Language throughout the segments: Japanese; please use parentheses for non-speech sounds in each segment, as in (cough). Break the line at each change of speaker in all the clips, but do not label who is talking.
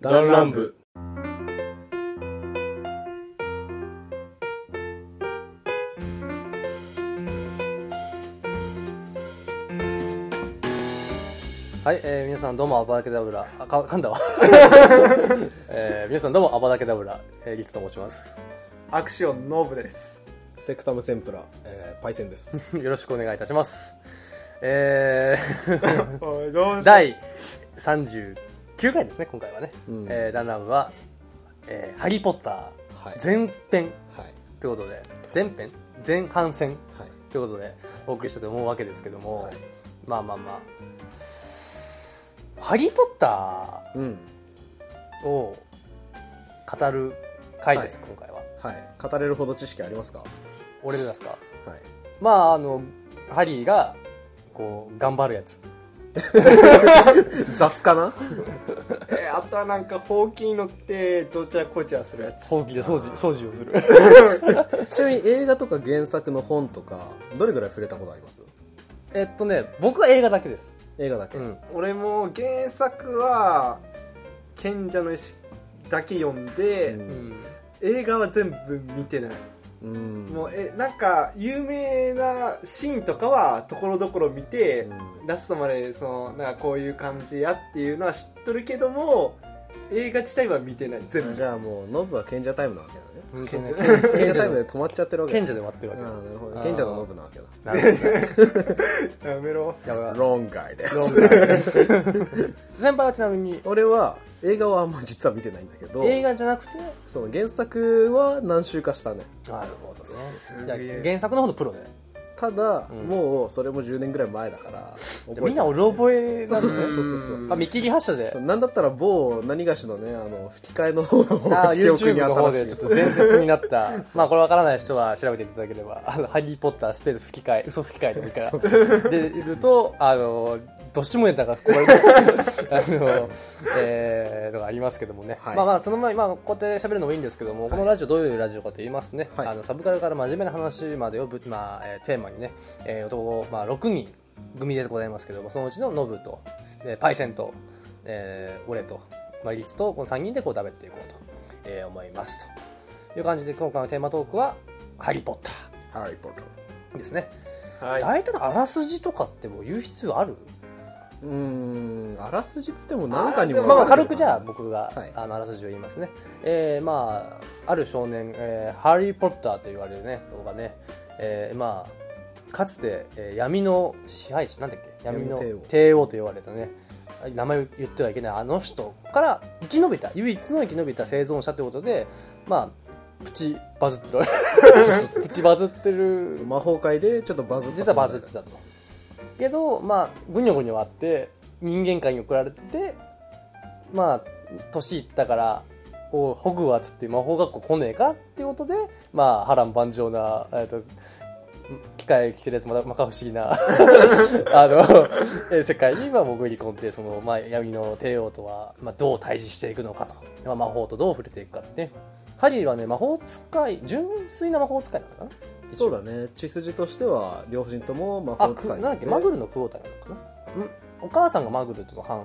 ダンランブ
はい、えー、皆さんどうもアバダケダブラあか噛んだわ、 (laughs) えー、皆さんどうもアバダケダブラ、えー、リツと申します
アクションノーブです。
セクタムセンプラ、えー、パイセンです。 (laughs)
よろしくお願いいたしますえー (laughs)
おいどうした
第39回ですね今回はね、
うん
えーダンランブは、えーハリー・ポッタ
はい。
ー」前編
はい。
ということで前編前半戦
はい。
ということでお送りしたと思うわけですけども、
はい
まあまあまあ「ハリー・ポッター」
うん。
を語る回です、
は
今回は
はい。語れるほど知識ありますか
俺のですか
はい。
まああのハリーがこう頑張るやつ
(laughs) 雑かな
えーあとはなんか、ほうきに乗って、どちらこちらするやつ。
ほうきで掃除掃除を
(laughs)
する
ちなみに映画とか原作の本とか、どれぐらい触れたことあります
えっとね僕は映画だけです
映画だけ。
うん
俺も原作は、賢者の石だけ読んで、
うん
映画は全部見てない。
うん。
もう、え、なんか、有名なシーンとかは、ところどころ見て、
うん
ラストまで、その、なんかこういう感じやっていうのは知っとるけども、映画自体は見てない、全部。
じゃあもう、ノブは賢者タイムなわけだね。
うん賢者
(laughs) 賢者タイムで止まっちゃってるわけだ
賢者で終わってるわけ
あ
だ
ーなるほど賢者のノブなわけだ。
な
(laughs)
るほど
やめろ。
やばい
ロンガイです。
先輩はちなみに
俺は映画はあんま実は見てないんだけど、
映画じゃなくて
その原作は何週かしたね。
なるほどね
す
じゃ
げ
あ
え
原作の方のプロで
ただ、
うん
もうそれも10年ぐらい前だから覚えて
みんなうろ覚え
そ
な
うん
で
そう
すね
そうそうそう
あ見切り発車で
そうなんだったら某何がしのねあの吹き替えの方
あ
の
ー
(laughs) 記憶
YouTube
に
の方で
新し
ち
い
ょっと伝説に
(laughs)
なったまあこれわからない人は調べていただければ「あのハリー・ポッター」スペース吹き替え嘘吹き替えでもいいからでいるとあのどっしもネタが含
(laughs)
まれてあのえーのがありますけどもね、
はい
まあまあその前まあこうやって喋るのもいいんですけども、このラジオどういうラジオかと言いますとね、
はい
あのサブカルから真面目な話までをぶまあ、えーテーマにね、えー男まあ6人組でございますけどもそのうちのノブと、えーパイセンと、えー俺と、まあ、リツとこの3人でこう食べていこうと、えー思いますという感じで今回のテーマトークは「ハリー・ポッタ
ハリー・ポッタ
ー」ですね、
はい。
大体のあらすじとかってもう言う必要ある
ーうーんあらすじっつっても何かにも
まあ、まあ
分かれ
軽
る
く
か
じゃあ
ら
僕が、
はい
あのあらすじを言いますね、えーまあ、ある少年、えーハリー・ポッターと言われるね人がね、えーまあ、かつて、えー闇の支配者なんだっけ闇の
闇の帝王
帝王と言われたね名前を言ってはいけないあの人から生き延びた唯一の生き延びた生存者ということでまあプチバズってる (laughs) プチバズってる
魔法界でちょっとバズった
実はバズってたとけどまあぐにょぐにょあって人間界に送られててまあ年いったからおホグワーツっていう魔法学校来ねえかっていうことでまあ波乱万丈な、えっと機械着てるやつまたまか不思議な (laughs) あのえー世界に今潜り込んでその、まあ、闇の帝王とは、まあ、どう対峙していくのかと、まあ、魔法とどう触れていくかってねハリーはね魔法使い純粋な魔法使いなのかな
そうだね血筋としては両親とも魔
あ
法
く
使い
なんだっけマグルのクオーターなのかな、んお母さんがマグルとの反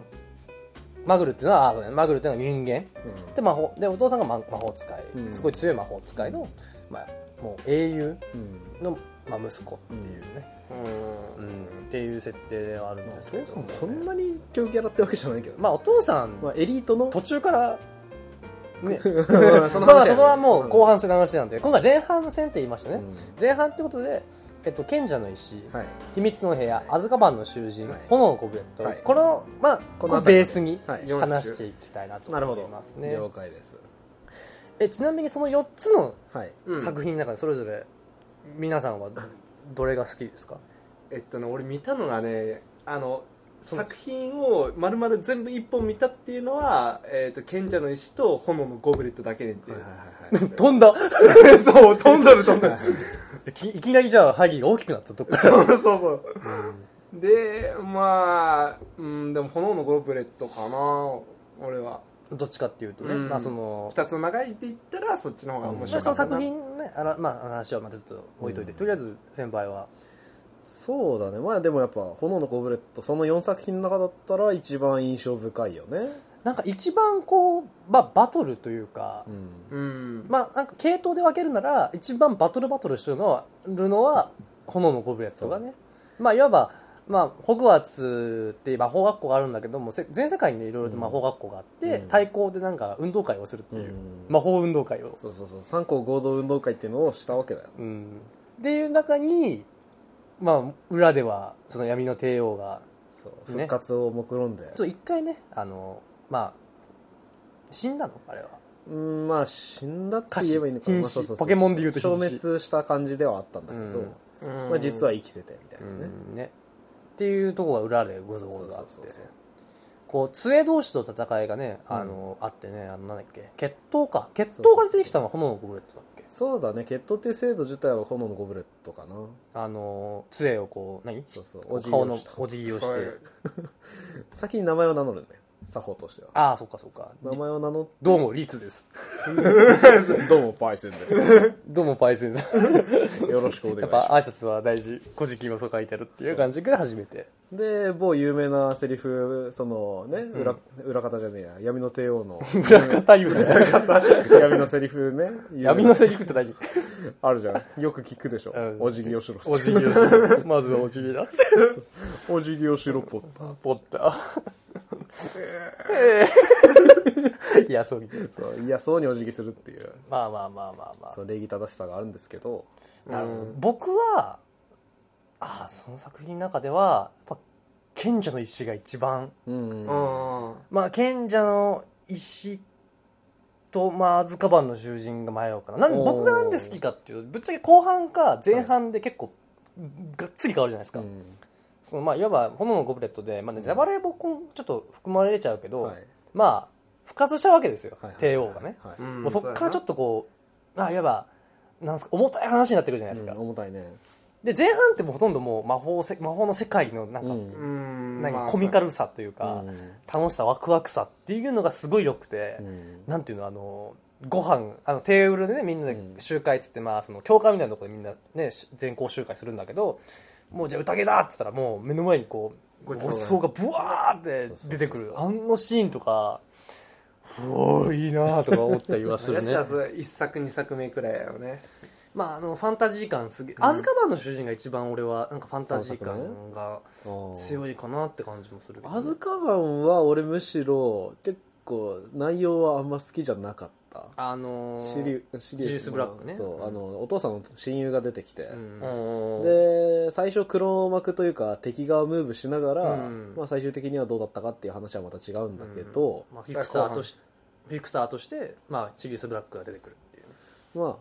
マグルっていうのはあそうだねマグルっていうのは人間
うん
で魔法でお父さんが魔魔法使い、
うん
すごい強い魔法使いの、まあ、もう英雄
うん
の、まあ、息子っていうね、
(laughs) うん
うんっていう設定ではあるん
まあ
です
そ
け
も
ど、
そもそんなに強キャラってわけじゃないけどね
まあお父さん、
まあエリートの
途中からね
その話だよね
まあまあそこはもう後半戦の話なんで今回前半戦って言いましたね、
うん
前半ってことで、えっと、賢者の石、
はい
秘密の部屋、アズカバンの囚人、
はい
炎のコブレット、
はい
この、まあ、こ
こ
の
の
をベースに
はい
よ
話していきたいなと
なるほ
思
ど
いますね。
了解です
えちなみにその4つの
はい
うん
作品の中でそれぞれ皆さんはどれが好きですか、 (laughs)
えっとね俺見たのがねあの作品を丸々全部一本見たっていうのは、えっと賢者の石と炎のゴブレットだけでっていう、
はいはい
飛んだ
(laughs) そう飛んだる飛んだ
はい
る
はい
いきいきなりじゃあハギーが大きくなったとこ
(laughs)
か
そうそうそう、でまあうんでも炎のゴブレットかな俺は
どっちかっていうとね、
うん
まあその
二つの長いって言ったらそっちの方が面
ま
白
あ
か
その
った
作
な
品ねあら、まあ、話はまあちょっと置いといて、
うん
とりあえず先輩は
そうだねまあでもやっぱ「炎のコブレット」その4作品の中だったら一番印象深いよね
なんか一番こう、まあ、バトルというか、
うん
うん
まあなんか系統で分けるなら一番バトルバトルしてるのはるのは炎のゴブレットがねまあいわばまあ、ホグワーツっていう魔法学校があるんだけどもせ全世界にいろいろと魔法学校があって、
うん
対抗でなんか運動会をするっていう、
うん
魔法運動会を
そうそうそう三校合同運動会っていうのをしたわけだよ
うん、っていう中に、まあ、裏ではその闇の帝王が
そう
ね
復活を目論んで、
そう一回ねあの、まあ、死んだのあれは
うんまあ死んだって言えばいいのか
瀕
な
死
まあそうそうそう
ポケモンで言うと瀕
消
死
滅した感じではあったんだけど、
うん
まあ、実は生きててみたいなね、
うんねっていうところが裏でごぞごぞあって
そうそうそうそう
こう杖同士の戦いがねあの、あってねあのなんだっけ決闘か決闘が出てきたのは炎のゴブレットだっけ
そうだね決闘っていう制度自体は炎のゴブレットかな
あの杖をこう何
そうそう
こ
お
う
辞儀を
顔の
した
お辞儀をして、
はい
先に名前を名乗るね作法としては
ああそっかそっか
名前を名乗っ
どうもリツです (laughs)
てどうもパイセンです
どうもパイセンさん
よろしくお願い
やっ
しま
ぱ挨拶は大事「古事記」もそう書いてあるっていう感じから始めて
すで某有名なセリフそのね裏,、裏方じゃねえや闇の帝王 (laughs) の
裏方言うね
闇のセリフね
闇のセリフって何
あるじゃんよく聞くでしょ、
うん
お辞儀をしろ
お辞儀を (laughs) まずはお辞儀だ
お辞儀をしろポッター
ポッターいやそうに
そういやそうにお辞儀するっていう
まあまあまあまあまあ
そう礼儀正しさがあるんですけど
なるほど僕はああその作品の中ではやっぱ賢者の石が一番
うん
うん
まあ賢者の石と、まあ、アズカバンの囚人が迷うかななんで
おー
僕がなんで好きかっていうとぶっちゃけ後半か前半で結構、がっつり変わるじゃないですか、
うん
そのまあ、いわば炎のゴブレットで、まあね、
ん
ネタバレもこんちょっと含まれちゃうけど、
はい
まあ復活したわけですよ、
はいはい
帝王がね、
はい
うん
もうそっからちょっ
と
とこう、まあ、いわばなんですか重たい話になってくるじゃないですか、
うん重たいね
で前半ってもうほとんどもう魔法せ魔法の世界のなんか、
うん
うん
なん
ま
か
あ
コミカルさという
う
か、
ん
楽しさワクワクさっていうのがすごい良くて、
うん
なんていうのあのご飯あのテーブルでねみんなで集会っつって、まあその教会みたいなところでみんなねし全校集会するんだけどもうじゃあ宴だっつったらもう目の前にこうご
ご
ち
ちそう
そうが
が
ブワーって出てく
そう
る
そう
あのシーンとかうおーいいなーとか思ったりはす
(laughs) や
る
っ
ね
たらそれ一作二作目くらいやよね
まああのファンタジー感すげえ、アズカバンの主人が一番俺はなんかファンタジー感が強いかなって感じもするけどね
アズカバンは俺むしろ結構内容はあんま好きじゃなかった
あのー
シリシリウスの
ジュースブラックね
そううんあのお父さんの親友が出てきて、
うん
で
で最初黒幕というか敵側ムーブしながら、
うん
まあ、最終的にはどうだったかっていう話はまた違うんだけど、
まあ、フィクサーとしフィクサーとして、まあ、シリウス・ブラックが出てくるっていうね、
まあ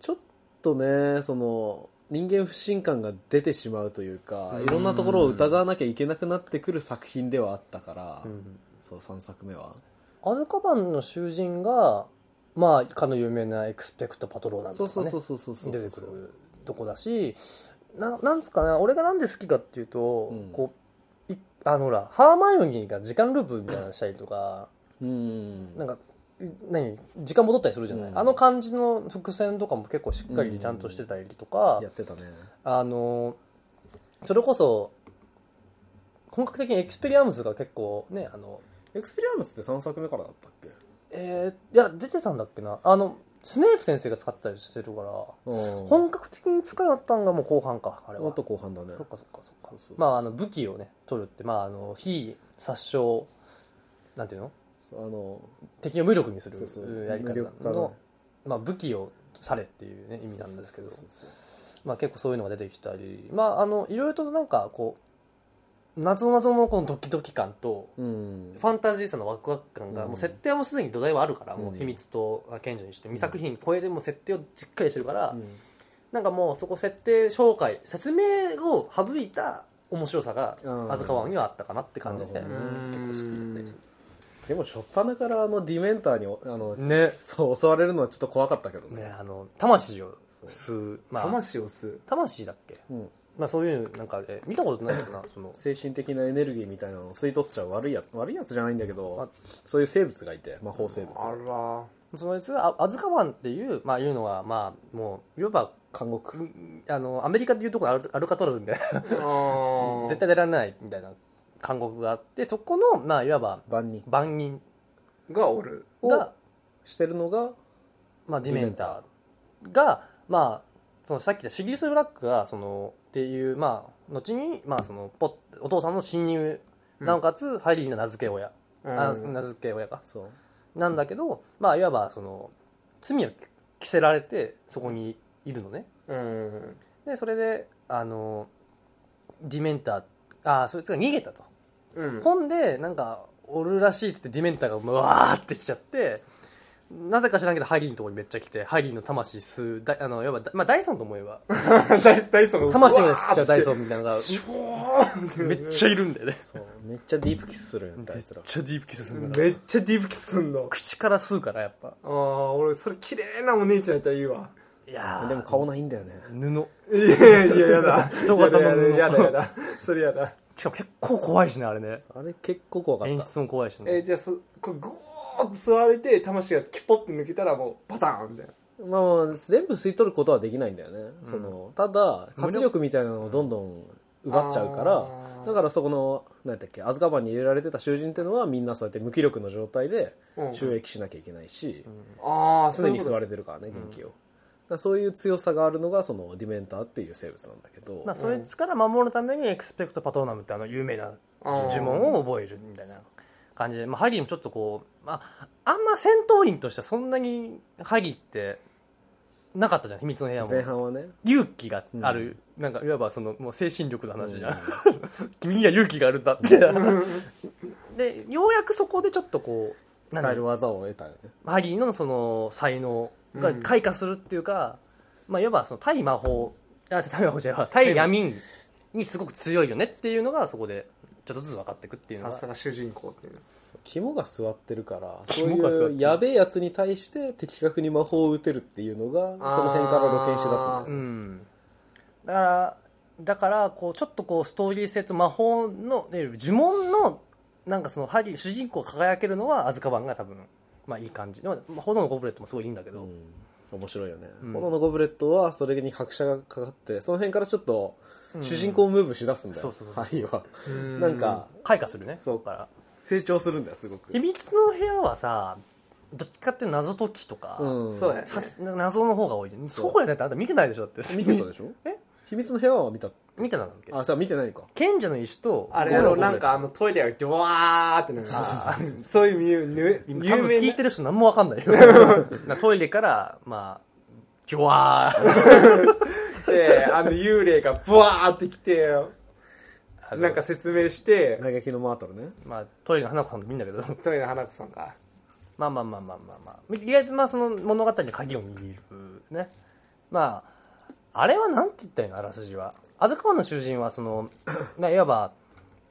ちょっとねその人間不信感が出てしまうというか
うん
いろんなところを疑わなきゃいけなくなってくる作品ではあったから、そう3作目は
アズカバンの囚人がまあかの有名なエクスペクト・パトローナムと
そう
か、
そう
ね
そう、そうそうそう
出てくるとこだしななんつうかな俺がなんで好きかっていうと、
うん
こういあのほらハーマイオニーが時間ループみたいなのしたりとか
うん
なんかい何時間戻ったりするじゃない、
うん
あの感じの伏線とかも結構しっかりちゃんとしてたりとか、
やってたね
あのそれこそ本格的にエクスペリアームスが結構ねあの
エクスペリアムスって3作目からだったっけ
えーいや出てたんだっけなあのスネープ先生が使ったりしてるから
ほん
本格的に使い終わったんがもう後半かあれは
もっと後半だね
そっかそっかそっ
そう
か
そうそう
まああの武器をね取るってまああの非殺傷なんていうの
そうあの
敵を無力にする
そうそう
うんやり方
無力化
の、
ね
まあ、武器をされっていうね意味なんですけど
そうそうそう
まあ、結構そういうのが出てきたり、まあ、あのいろいろとなんかこう謎謎のこのドキドキ感と
そううん
ファンタジーさのワクワク感が、
うん
もう設定はもうすでに土台はあるから、もううん秘密と賢者にして2作品超えてもう設定をしっかりしてるから、
うん
なんかもうそこ設定紹介説明を省いた面白さが
うん
あずかわにはあったかなって感じで、
な
るほどね
結構好きだったりす
でも初っ端からあのディメンターにおあの
るね
そう襲われるのはちょっと怖かったけどね
ねあの魂を吸う、まあ、
魂を吸う
魂だっけ、
うん
まあ、そういうなんか、え見たことないかなその
精神的なエネルギーみたいなのを吸い取っちゃう悪いや悪いやつじゃないんだけ
あ
どそういう生物がいて魔法生物
あら
そのやつがあアズカバンっていう,、まあ、いうのは、まあ、もういわば
監獄
うんあのアメリカでいうところのアルアルカトラズみたいな
絶
絶対出られないみたいな監獄があってそこの、まあ、いわば
万人
番人
がおる
が
を、してるのが
まあ、ディメ
デ
ン
ィ
ターが、まあ、そのさっき言ったシリース・ブラックがそのっていう、まあ、後に、まあ、そのポお父さんの親友
うん
なおかつハイリーの名付け親、
うん
あ名付け親か
そう
なんだけど、まあ、いわばその罪を着せられてそこにいるのね
うん
でそれであのディメンターあそいつが逃げたと、
(laughs) うん
ほんでなんかおるらしいっつってディメンターがうわーって来ちゃってなぜか知らんけどハイリーのとこにめっちゃ来てハイリーの魂吸うだあのいわばだまあ、ダイソンと思えば
ダイダイソンが
魂の吸っちゃうダイソ
ン
ンみたいなのが
シューンって
めっちゃいるんだよね
そうめっちゃディープキスするん
めっ
だあいつら
ちゃディープキスするんだ
めっちゃディープキスすんの
口から吸うからやっぱ
ああ俺それ綺麗なお姉ちゃんやったらいいわ
いやー
でも顔ないんだよね
布
いやいやいやや (laughs) だ
人型の布
やだやだや (laughs) だそれやだ
しかも結構怖いしねあれね
あれ結構怖かった
演出も怖いし
えー
ね
じゃあそこうグーッと吸われて魂がキュポッて抜けたらもうバターンみたいな
まあまあ全部吸い取ることはできないんだよね、そのただ活力みたいなのをどんどん奪っちゃうか
あ
ら
ー
だからそこの何だっけアズカバンに入れられてた囚人っていうのはみんなそうやって無気力の状態で
うん
収益しなきゃいけないし、
ああ
常に吸わ
れ
れてるからね元気を、だからそういう強さがあるのがそのディメンターっていう生物なんだけど、
まあ、そいつから守るためにエクスペクトパトーナムってあの有名な呪文を覚えるみたいな感じで、まあ、ハリーもちょっとこう、まあ、あんま戦闘員としてはそんなにハリーってなかったじゃん秘密の部屋
前
も
半はね
勇気がある、なんかいわばそのもう精神力の話じゃ
う
ん、
ん
君には勇気があるんだって (laughs) でようやくそこでちょっとこう
使える技を得たよね
ハリーのその才能が開花するっていうか、まあいわばその対魔法あ対魔法じゃない対闇にすごく強いよねっていうのがそこでちょっとずつ分かっていくっていうの
さ
が
すが主人公っていう
肝が据わってるからそう
肝が据わって
い
る
うやべえやつに対して的確に魔法を打てるっていうのが
あー
その辺から露見し出すんだよね
う
うんだからだからこうちょっとこうストーリー性と魔法のいわゆる呪文のなんかそのハリー主人公が輝けるのはアズカバンが多分まあいい感じまあ炎のゴブレットもすごいいいんだけど、
うん、面白いよね、
うん
炎のゴブレットはそれに拍車がかかってその辺からちょっと主人公ムーブしだすんだ
そ
よ、
うそうそうそう
ハリーは
の
なんか
開花するね
そう
だから
成長するんだよすごく
秘密の部屋はさどっちかっていうと謎解きとか、
うん
そうやね
さす謎の方が多いじゃん
そう
そうやねってあんた見てないでしょだって
見てたでしょ
え
秘密の部屋は見た
見てたんだっけ
あじゃあ見てないのか
賢者の石と
あれや
ゴ
ろ
ムの
なんかあのトイレがギョワーってなんかそういうミュ
ゴ
ー
ム
ヌ
多分
有
聞
名
いてる人何もわかんないよなトイレからまあギョワー (laughs)
であの幽霊がブワーってきて
あの
なんか説明して
嘆きのマートルね
まあトイレの花子さんと見んだけど (laughs)
トイレの花子さんが
まあまあまあまあまあまあ意外とまあその物語の鍵を握るねまああれはなんて言ったらいいのあらすじは安川の囚人はその (clears throat) まあいわば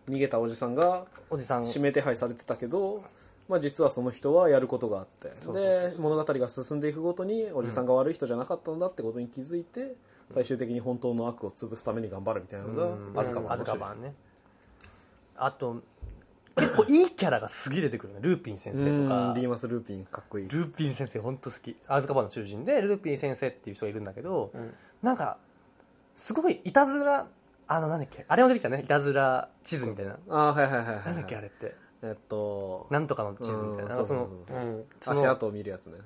逃げたおじさんが
おじさん
指名手配されてたけど、まあ、実はその人はやることがあって
そうそう
で物語が進んでいくごとにおじさんが悪い人じゃなかったんだってことに気づいて、最終的に本当の悪を潰すために頑張るみたいなのがアズカバン
ア
の
ズ
主
カ
人公
バンねあと結構いいキャラがすげえ出てくるねルーピン先生と
う
か
んリーマス・ルーピンかっこいい
ルーピン先生本当好きアズカバンの囚人でルーピン先生っていう人がいるんだけど、
ん
なんかすごいいたずらあのなんだっけあれも出てきたねいたずら地図みたいな
ああーはいはいはいはい、
なん
は
だ
い
っけあれって
えっと
なんとかの地図みたいななんかその
うん
その
足跡を見るやつね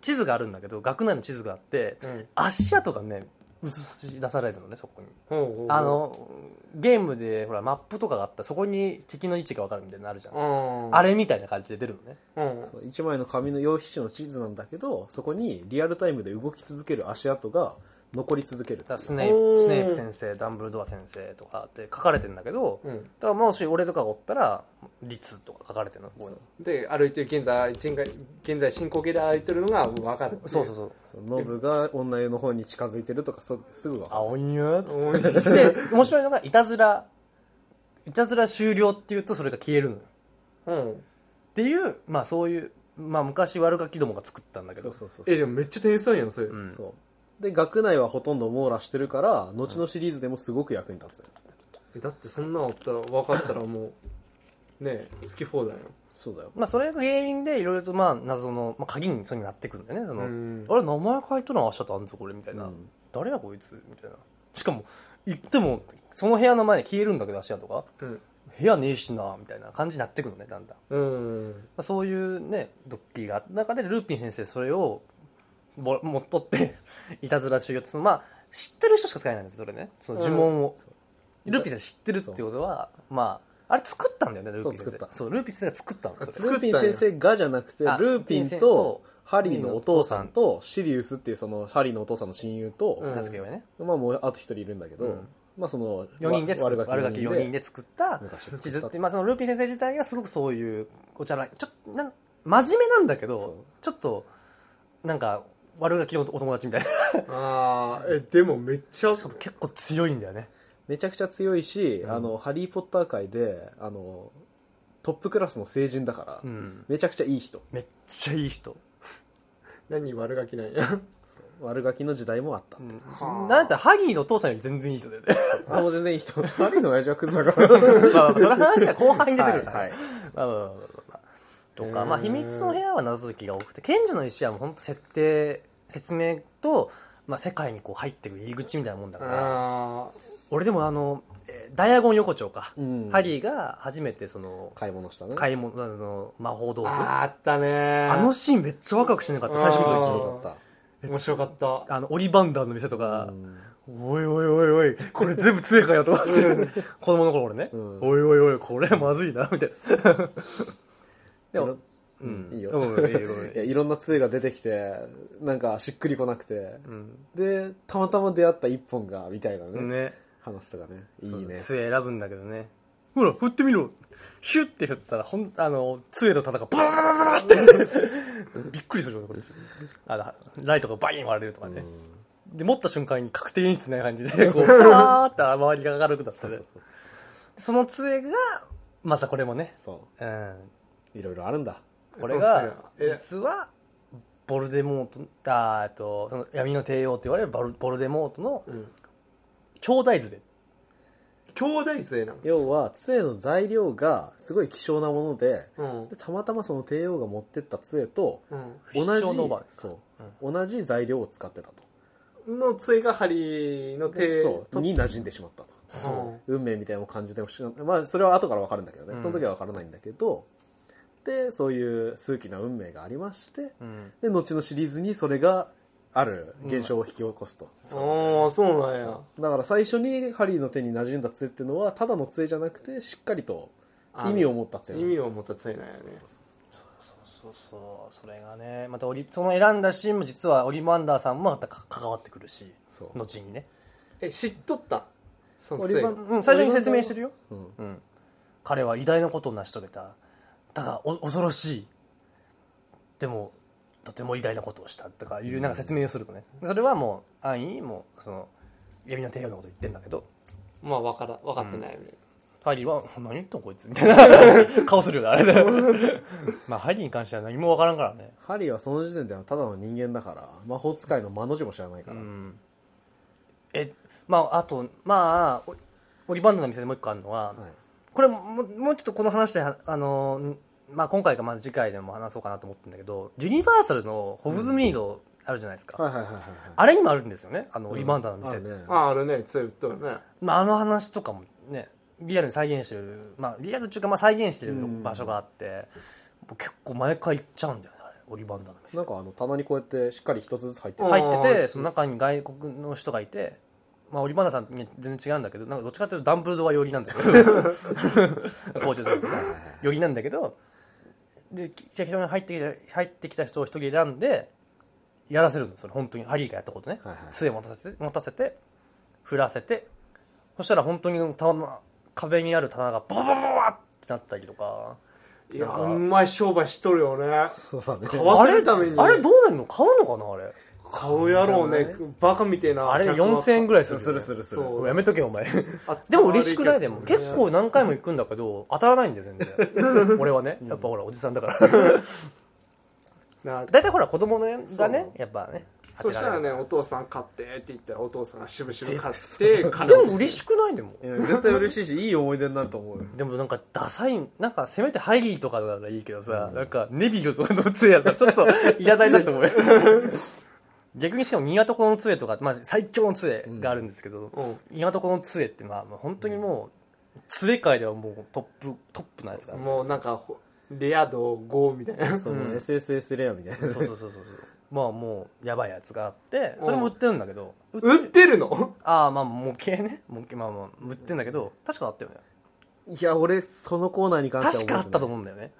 地図があるんだけど学内の地図があって、
うん
足跡がね映し出されるのねそこに
ほうほうほう
あのゲームでほらマップとかがあったらそこに敵の位置が分かるみたいなのあるじゃん、
うん
あれみたいな感じで出るのね
うん
そう一枚の紙の用筆紙の地図なんだけどそこにリアルタイムで動き続ける足跡が残り続けるっ
だ
て
か
い
ら
う
スネー
おー
プスネープ先生ダンブルドア先生とかって書かれてんだけど、
う
だ
ん
からもし俺とかがおったら「律」とか書かれてるのここに
で歩いてる現在人が現在進行形で歩いてるのが分かる
そうそうそう
そうノブが女湯の方に近づいてるとかそすぐ
「
は
青いにゃ」っつっ
うん
てで面白いのが「いたずら」「いたずら終了」っていうとそれが消えるのよ
うん
っていうまあそういう、まあ、昔悪ガキどもが作ったんだけ
そ
ど
うそうそう
えでもめっちゃ天才やんそれ
うん
そうで学内はほとんど網羅してるから後のシリーズでもすごく役に立つよ、
えだってそんなんあったら分かったらもうねえ好き放題よ
そうだよ
まあ、それが原因でいろいろとまあ謎の、まあ、鍵にそうになってくるんだよねその、
うん
あれ名前書いとるの明日とあんぞこれみたいな、
うん
誰やこいつみたいなしかも行ってもその部屋の前に消えるんだけど足跡が
うん
部屋ねえしなみたいな感じになってくのねだんだん、ま
うん
あ、そういうねドッキリがあった中でルーピン先生それをも持っとって (laughs) いたずら修行ってそのまあ知ってる人しか使えないんですよそれねその呪文を、ルーピン先生知ってるってことはまああれ作ったんだよねルーピン
そう
先
作っ
生
た
そうルーピン先生が作ったのそれ
ルーピン先生がじゃなくてル
あ
ーピンとハリーのお父さんとシリウスっていうそのハリーのお父さんの親友と、
うん名付け親ね
まあもうあと一人いるんだけど、
うん
まあその
4人で作っ
わ
悪ガキ4人
で
で作った
昔作った
地図って、まあ、そのルーピン先生自体がすごくそういうおちゃらちょっとなん真面目なんだけ
そう
どちょっとなんか悪ガキのお友達みたいな (laughs)
ああえでもめっちゃ
しかも結構強いんだよね
めちゃくちゃ強いし、
ん
あのハリー・ポッター界であのトップクラスの成人だから、
うん
めちゃくちゃいい人
めっちゃいい人、
何悪ガキなんや
悪ガキの時代もあった、
う
あ
ん
はあ
なんだったらハギーのお父さんより全然いい人だよね (laughs)
もう全然いい人ハリーの親父はクズだから出
まあまあまあその話が後半に出てくるから、
はいはい
まあまあまあまあまあとか、
うん
まあ、秘密の部屋は謎解きが多くて賢者の石はもう本当設定説明と、まあ、世界にこう入ってくる入り口みたいなもんだから
あ
俺でもあの、えーダイアゴン横丁か、
うん
ハリーが初めてその
買い物したね
買い物あの魔法道
ー
具あ
あーあったねー
のシーンめっちゃワクワクしなかった最初見た
面白
時
かった
面白かった
あのオリバンダーの店とか
う、ん
おいおいおいおいこれ全部杖かよとかって、子供の頃俺ね、
うん
おいおいおいこれまずいなみたいなでも
い
う
いよ
うんいいよごめん
いやいろんな杖が出てきてなんかしっくりこなくて、
うん
でたまたま出会った一本がみたいなね、
ね
話とかねいいね
杖選ぶんだけどねほら振ってみろヒュッて振ったらほんあの杖と戦うバラバラバラってびっくりするよねこっちあのライトがバイン割れるとかね、で持った瞬間に確定演出ない感じでこうパーって周りが明るくなってね
そうそう
その杖がまたこれもね、
そ
うん、
ういろいろあるんだ
これ
そう
が
ですねえ
実はボルデモートあーえっとその闇の帝王と言われるボルボルデモートの
うん
兄弟杖
兄弟勢なの
要は杖の材料がすごい希少なもので,、
うん
でたまたまその帝王が持ってった杖と
う
同
不死
じ
鳥のおばあですか
そう、同じ材料を使ってたと
んの杖が針の手
そう
と
に馴染んでしまったと
そ
運命みたいなのを感じてほしいなまあそれは後から分かるんだけどね、その時は分からないんだけどでそういう数奇な運命がありまして、
ん
で後のシリーズにそれがある現象を引き起こすと、
ああそうなんや
だから最初にハリーの手に馴染んだ杖っていうのはただの杖じゃなくてしっかりと
あの
意味を持った杖
意味を持った杖なんやね
そうそうそれがねまたオリその選んだシーンも実はオリマンダーさんもまたか関わってくるし
そう
後にね、
え知っとったその
オリ
杖
バン
うん、最初に説明してるよ、
うん
うん、彼は偉大なことを成し遂げたただお恐ろしいでもとても偉大なことをしたとかいうなんか説明をするとねそれはもう安易にもうその闇の帝王のこと言ってんだけど
まあ分から分かってないみたい
ハリーは「何言ってんのこいつ」みたいな顔するよねあれで (laughs) まあハリーに関しては何もわからんからね
ハリーはその時点ではただの人間だから魔法使いの間の字も知らないから、
うんえまああとまあおオリバンドの店でもう一個あるのは、
はい
これもももうちょっとこの話であの、んまあ、今回かまず次回でも話そうかなと思ってるんだけどユニバーサルのホブズミードあるじゃないですか、
はいはいはいはいはい
あれにもあるんですよねあのオリバンダーの
あ
店、
るね
なああるね杖売っとるね
まあ、あの話とかもねリアルに再現してる、まあ、リアルっていうかまあ再現して
う
る
ん
場所があって、もう結構毎回行っちゃうんだよねあれオリバンダーの店
なんかあの棚にこうやってしっかり一つずつ入ってる、
うん
入って
う
てその中に外国の人がいて、まあ、オリバナさんに全然違うんだけどなんかどっちかというとダンブルドア寄りなんだけど校長先生ね寄りなんだけどで適当に入ってきた入ってきた人を一人選んでやらせるんですそれ本当にハリーがやったことね、
はいはい
杖持たせて持たせて振らせてそしたら本当に棚壁にある棚がバババババってなったりとか
いや
なんか
うまい商売しとるよね
そうだね
買わせるために
あれどうなるの買うのかなあれ
買うやろう
じゃ
ねバカみてえな
あれ
客は
4000円ぐらいするよね
するす
そう
おいやめとけよお前
あ
でも嬉しくないでも
悪
結構何回も行くんだけど当たらないんだよ全然俺はねやっぱほらおじさんだから
な
大体ほら子供のねがねやっぱね
そしたらね
当
お父さん買ってって言ったらお父さんがしぶしぶ買って
てら
金
れる
を
でも嬉しくないでも
いや絶対嬉しいしいい思い出になると思うよ
でもなんかダサいなんかせめてハリーとかならいいけどさ、なんかネビルとかの杖やったらちょっと嫌だなと思うよ逆にしかもニワトコの杖とか、まあ、最強の杖があるんですけど、
うん
ニワトコの杖ってまあもう本当にもう杖界ではもうトップトップなやつだ
もうなんかほレア度5みたいな
その SSS レアみたいな、
そうそうそうそうそうまあもうやばいやつがあってそれも売ってるんだけど売って
売ってるの
ああまあ模型ね模型まあまあ売ってんだけど確かあったよね
いや俺そのコーナーに関し
確
て
か
は
あったと
う
思うんだよね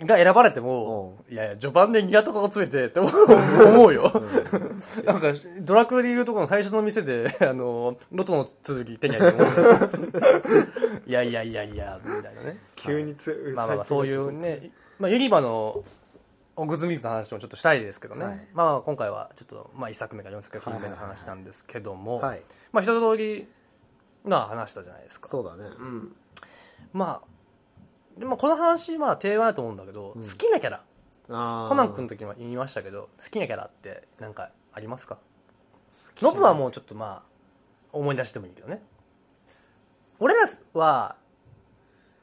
が選ばれても、いやいや、序盤でニアとかが詰めてって思 (laughs) う思うよ。なんか、ドラクエでいうとこの最初の店で、あの、ロトの続き手に入れて (laughs) も、いやいやいやいや、みたいなね。
急につ、
まあまあまあ、
最
そ
近
ういうね、まあ、ユニバのオグズミーズの話もちょっとしたいですけどね、
はい
まあ今回はちょっと、まあ、1作目から4作目の話なんですけども、
はい
まあ一通り、まあ、話したじゃないですか。
そうだね
うん
まあ、でまあ、この話、まあ、定番だと思うんだけど、好きなキャラ、
あー
コナン君の時も言いましたけど、好きなキャラってなんかありますかノブはもうちょっとまあ、思い出してもいいけどね。俺らは、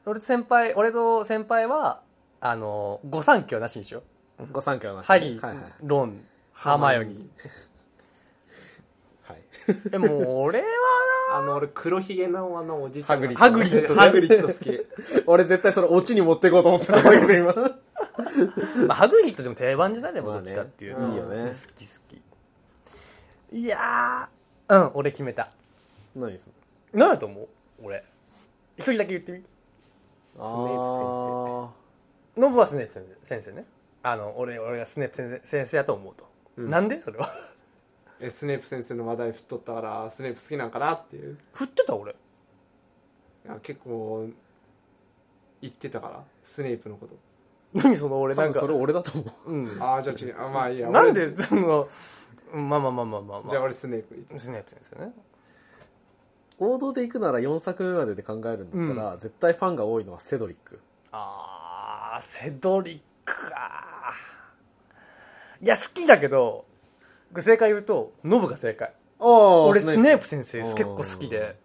俺と先輩、俺と先輩は、あの、御三家はなしにしよう。
ご参加の話
ハ
ね
リー、
はいはい
ロン、ハーマヨニ
はい
ー。でも俺
(laughs)
は
あの俺黒ひげのあのおじいちゃんが
ハグリッドね
ハグリッド好き
(laughs) 俺絶対それオチに持っていこうと思ってたんだけど今
な、まあ、ハグリッドでも定番じゃないで
ま
もど
あ
っ
ね
ちかっていう。
いいよね
うん好き好き。いやー、うん、俺決めた。
何それ
何やと思う俺。一人だけ言ってみ。
ス
ネー
ノブはスネープ先生先生ね。あの、俺、俺がスネープ先生先生やと思うと。なんでそれは。
えスネープ先生の話題振っとったからスネープ好きなんかなっていう
(laughs) 振ってた俺。
いや結構言ってたからスネープのこと
何その俺なん
多分
か
そ。れ俺だと思
うん。
ああじゃあ違うあまあいいや
なん
俺
で、その、うんまあまあまあまあまあま
じゃあ
あ。
俺スネープ
スネープ先生ね。
う王道で行くなら4作目までで考えるんだったら、絶対ファンが多いのはセドリック
あー、セドリックか。いや、好きだけど、僕正解言うと、ノブが正解。俺、スネープ先生
うん
結構好きで、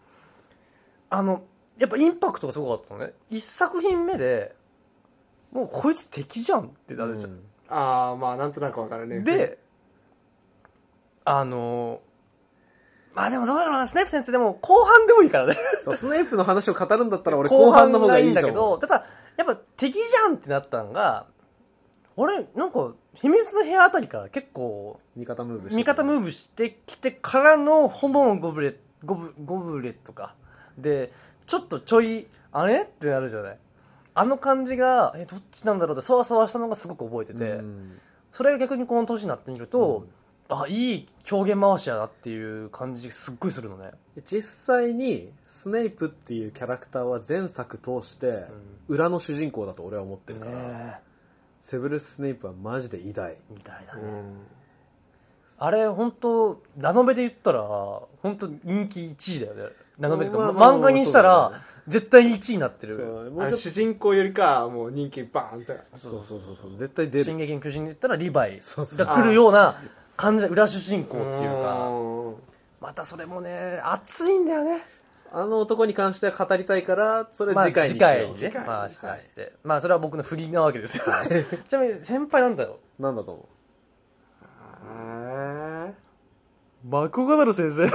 あの、やっぱインパクトがすごかったのね。一作品目で、もうこいつ敵じゃんってなるじゃん。
うん
ああまあなんとなくわかるね
で、あのーまあでもどうだろうな、スネープ先生でも後半でもいいからね。
そうスネープの話を語るんだったら俺後半の方がいいと
後半
思う
ただ、やっぱ敵じゃんってなったのが、俺、なんか、秘密の部屋あたりから結構、
味方ムーブして
味方ムーブしてきてからのホモンゴブレゴブゴブレットかでちょっとちょいあれってなるじゃないあの感じがえどっちなんだろうってそわそわしたのがすごく覚えてて、
うん
それが逆にこの年になってみると、あいい表現回しやなっていう感じすっごいするのね
実際にスネープっていうキャラクターは前作通して裏の主人公だと俺は思ってるから、
ね
セブルス・スネープはマジで偉大
みたいな、
うん
あれ本当ラノベで言ったら本当人気1位だよねラノベですか、
まあまあまあ
漫画にした
まあそ
ら、
うだ
絶対に1位になってる
そうも
あ
う
の
ち
主
ょっ
人公よりかはもう人気バーンって
とそうそうそうそう絶対出
進
る
撃の巨人で言ったらリヴァイ
そうそう
が来るような感じ裏主人公っていうか
うん
またそれもね熱いんだよね
あの男に関しては語りたいからそれ
まあ
次回にしよ
次
う、
回にね
次回
まあ
はい
明日して、まあそれは僕の不義なわけですよ (laughs) ちなみに先輩なんだろ
なんだと思
あ
うマコガダル先生
ー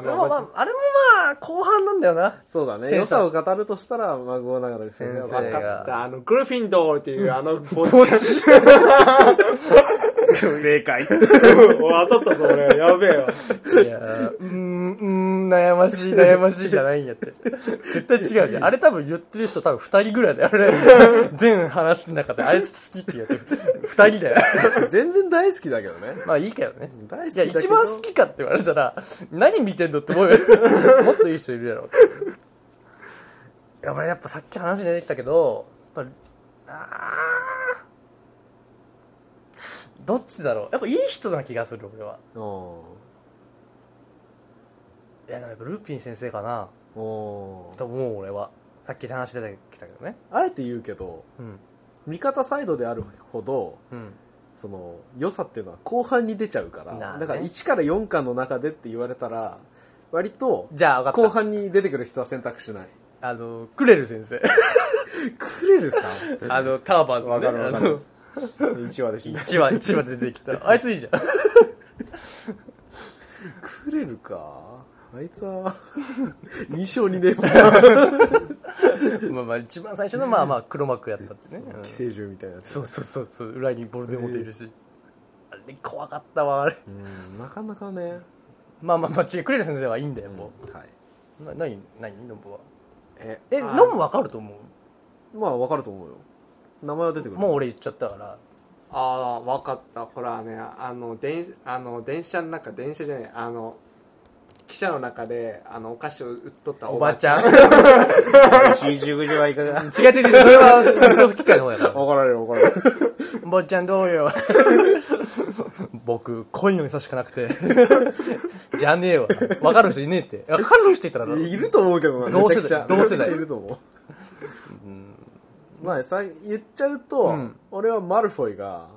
まあ
の
ま
おばちゃん
ああれもまあ後半なんだよな
うそうだね
テン
良
ション
さを語るとしたら孫ながら先生
先
は
わ
生
かった。あの、グリフィンドールっていう、あ
(laughs)
の、帽子。
(laughs)
(laughs)
正解い
お当たったぞ、俺。やべえよ。
やーうーんうーん悩ましい悩ましいじゃないんやって絶対
(laughs)
違うじゃんあれ多分言ってる人多分2人ぐらいだよあれ全話の中であいつ好きっていうやつ2人だ
(laughs)
よ
全然大好きだけどね
まあいいけどね。
大好き
いや、
だけど
一番好きかって言われたら、何見てんのって思うよ。もっといい人いるやろ。いや、俺やっぱさっき話に出てきたけど、やっぱ、あーどっちだろう。やっぱいい人な気がする、俺は。
お
いや、でもやっぱルーピン先生かな、
ーおー
と思う、俺は。さっき話出てきたけどね。
あえて言うけど
うん。
味方サイドであるほど
うん。
その良さっていうのは後半に出ちゃうから、
なあね
だから1から4巻の中でって言われたら割と
じゃあ、分か
後
った。
半に出てくる人は選択しない
あの、クレル先 (laughs) 生。
クレルさん
あの、ターバンの
わ
ね、
かるわか
あ
る
の
1話で死んだ
一話、 (laughs) 一話出てきた。あいついいじゃん。
クレルかあいつは (laughs) 印象にねえもんな
まあまあ一番最初のまあまあ黒幕やったってね、うん
寄生獣みたいなやつ
そうそうそうそう裏にボルデモテいるし、あれ怖かったわあれ
うんなかなかね
まあまあまあ違うクレイ先生はいいんだよも
はい
うん、な何何ノブは
え
え
あ
ノブわかると思う
まあわかると思うよ名前は出てくる
もう俺言っちゃったから
ああ分かったほらねあの電あの電車の中電車じゃないあの汽車の中であのお菓子を売っとった
おばちゃん違う
四十五時はいかが
違う違うそれは嘘機械の方やから
怒られる怒られる
おばちゃんどうよ僕恋の餌しかなくてじゃねえわわかる人いねえってわかる人いたら
いると思うけどな
同世代
めちゃくちゃ
同世代
めちゃくちゃいると思うまあさ言っちゃうと、
うん
俺はマルフォイが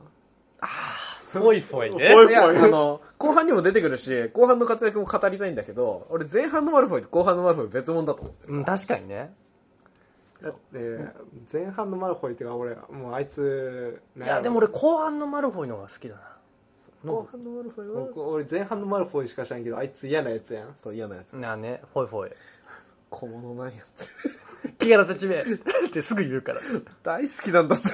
フォイフォイ
フォイ
ね
いやあの後半にも出てくるし後半の活躍も語りたいんだけど俺前半のマルフォイと後半のマルフォイ別物だと思ってる
うん確かにね
で前半のマルフォイってか俺もうあいつ
い
ね
やでも俺後半のマルフォイの方が好きだな
後半のマルフォイは
僕俺前半のマルフォイしか知らんけどあいつ嫌なやつやん
そう嫌なやつ
なあねフォイフォイ
小物なんやつ
木原たちめってすぐ言うから
大好きなんだって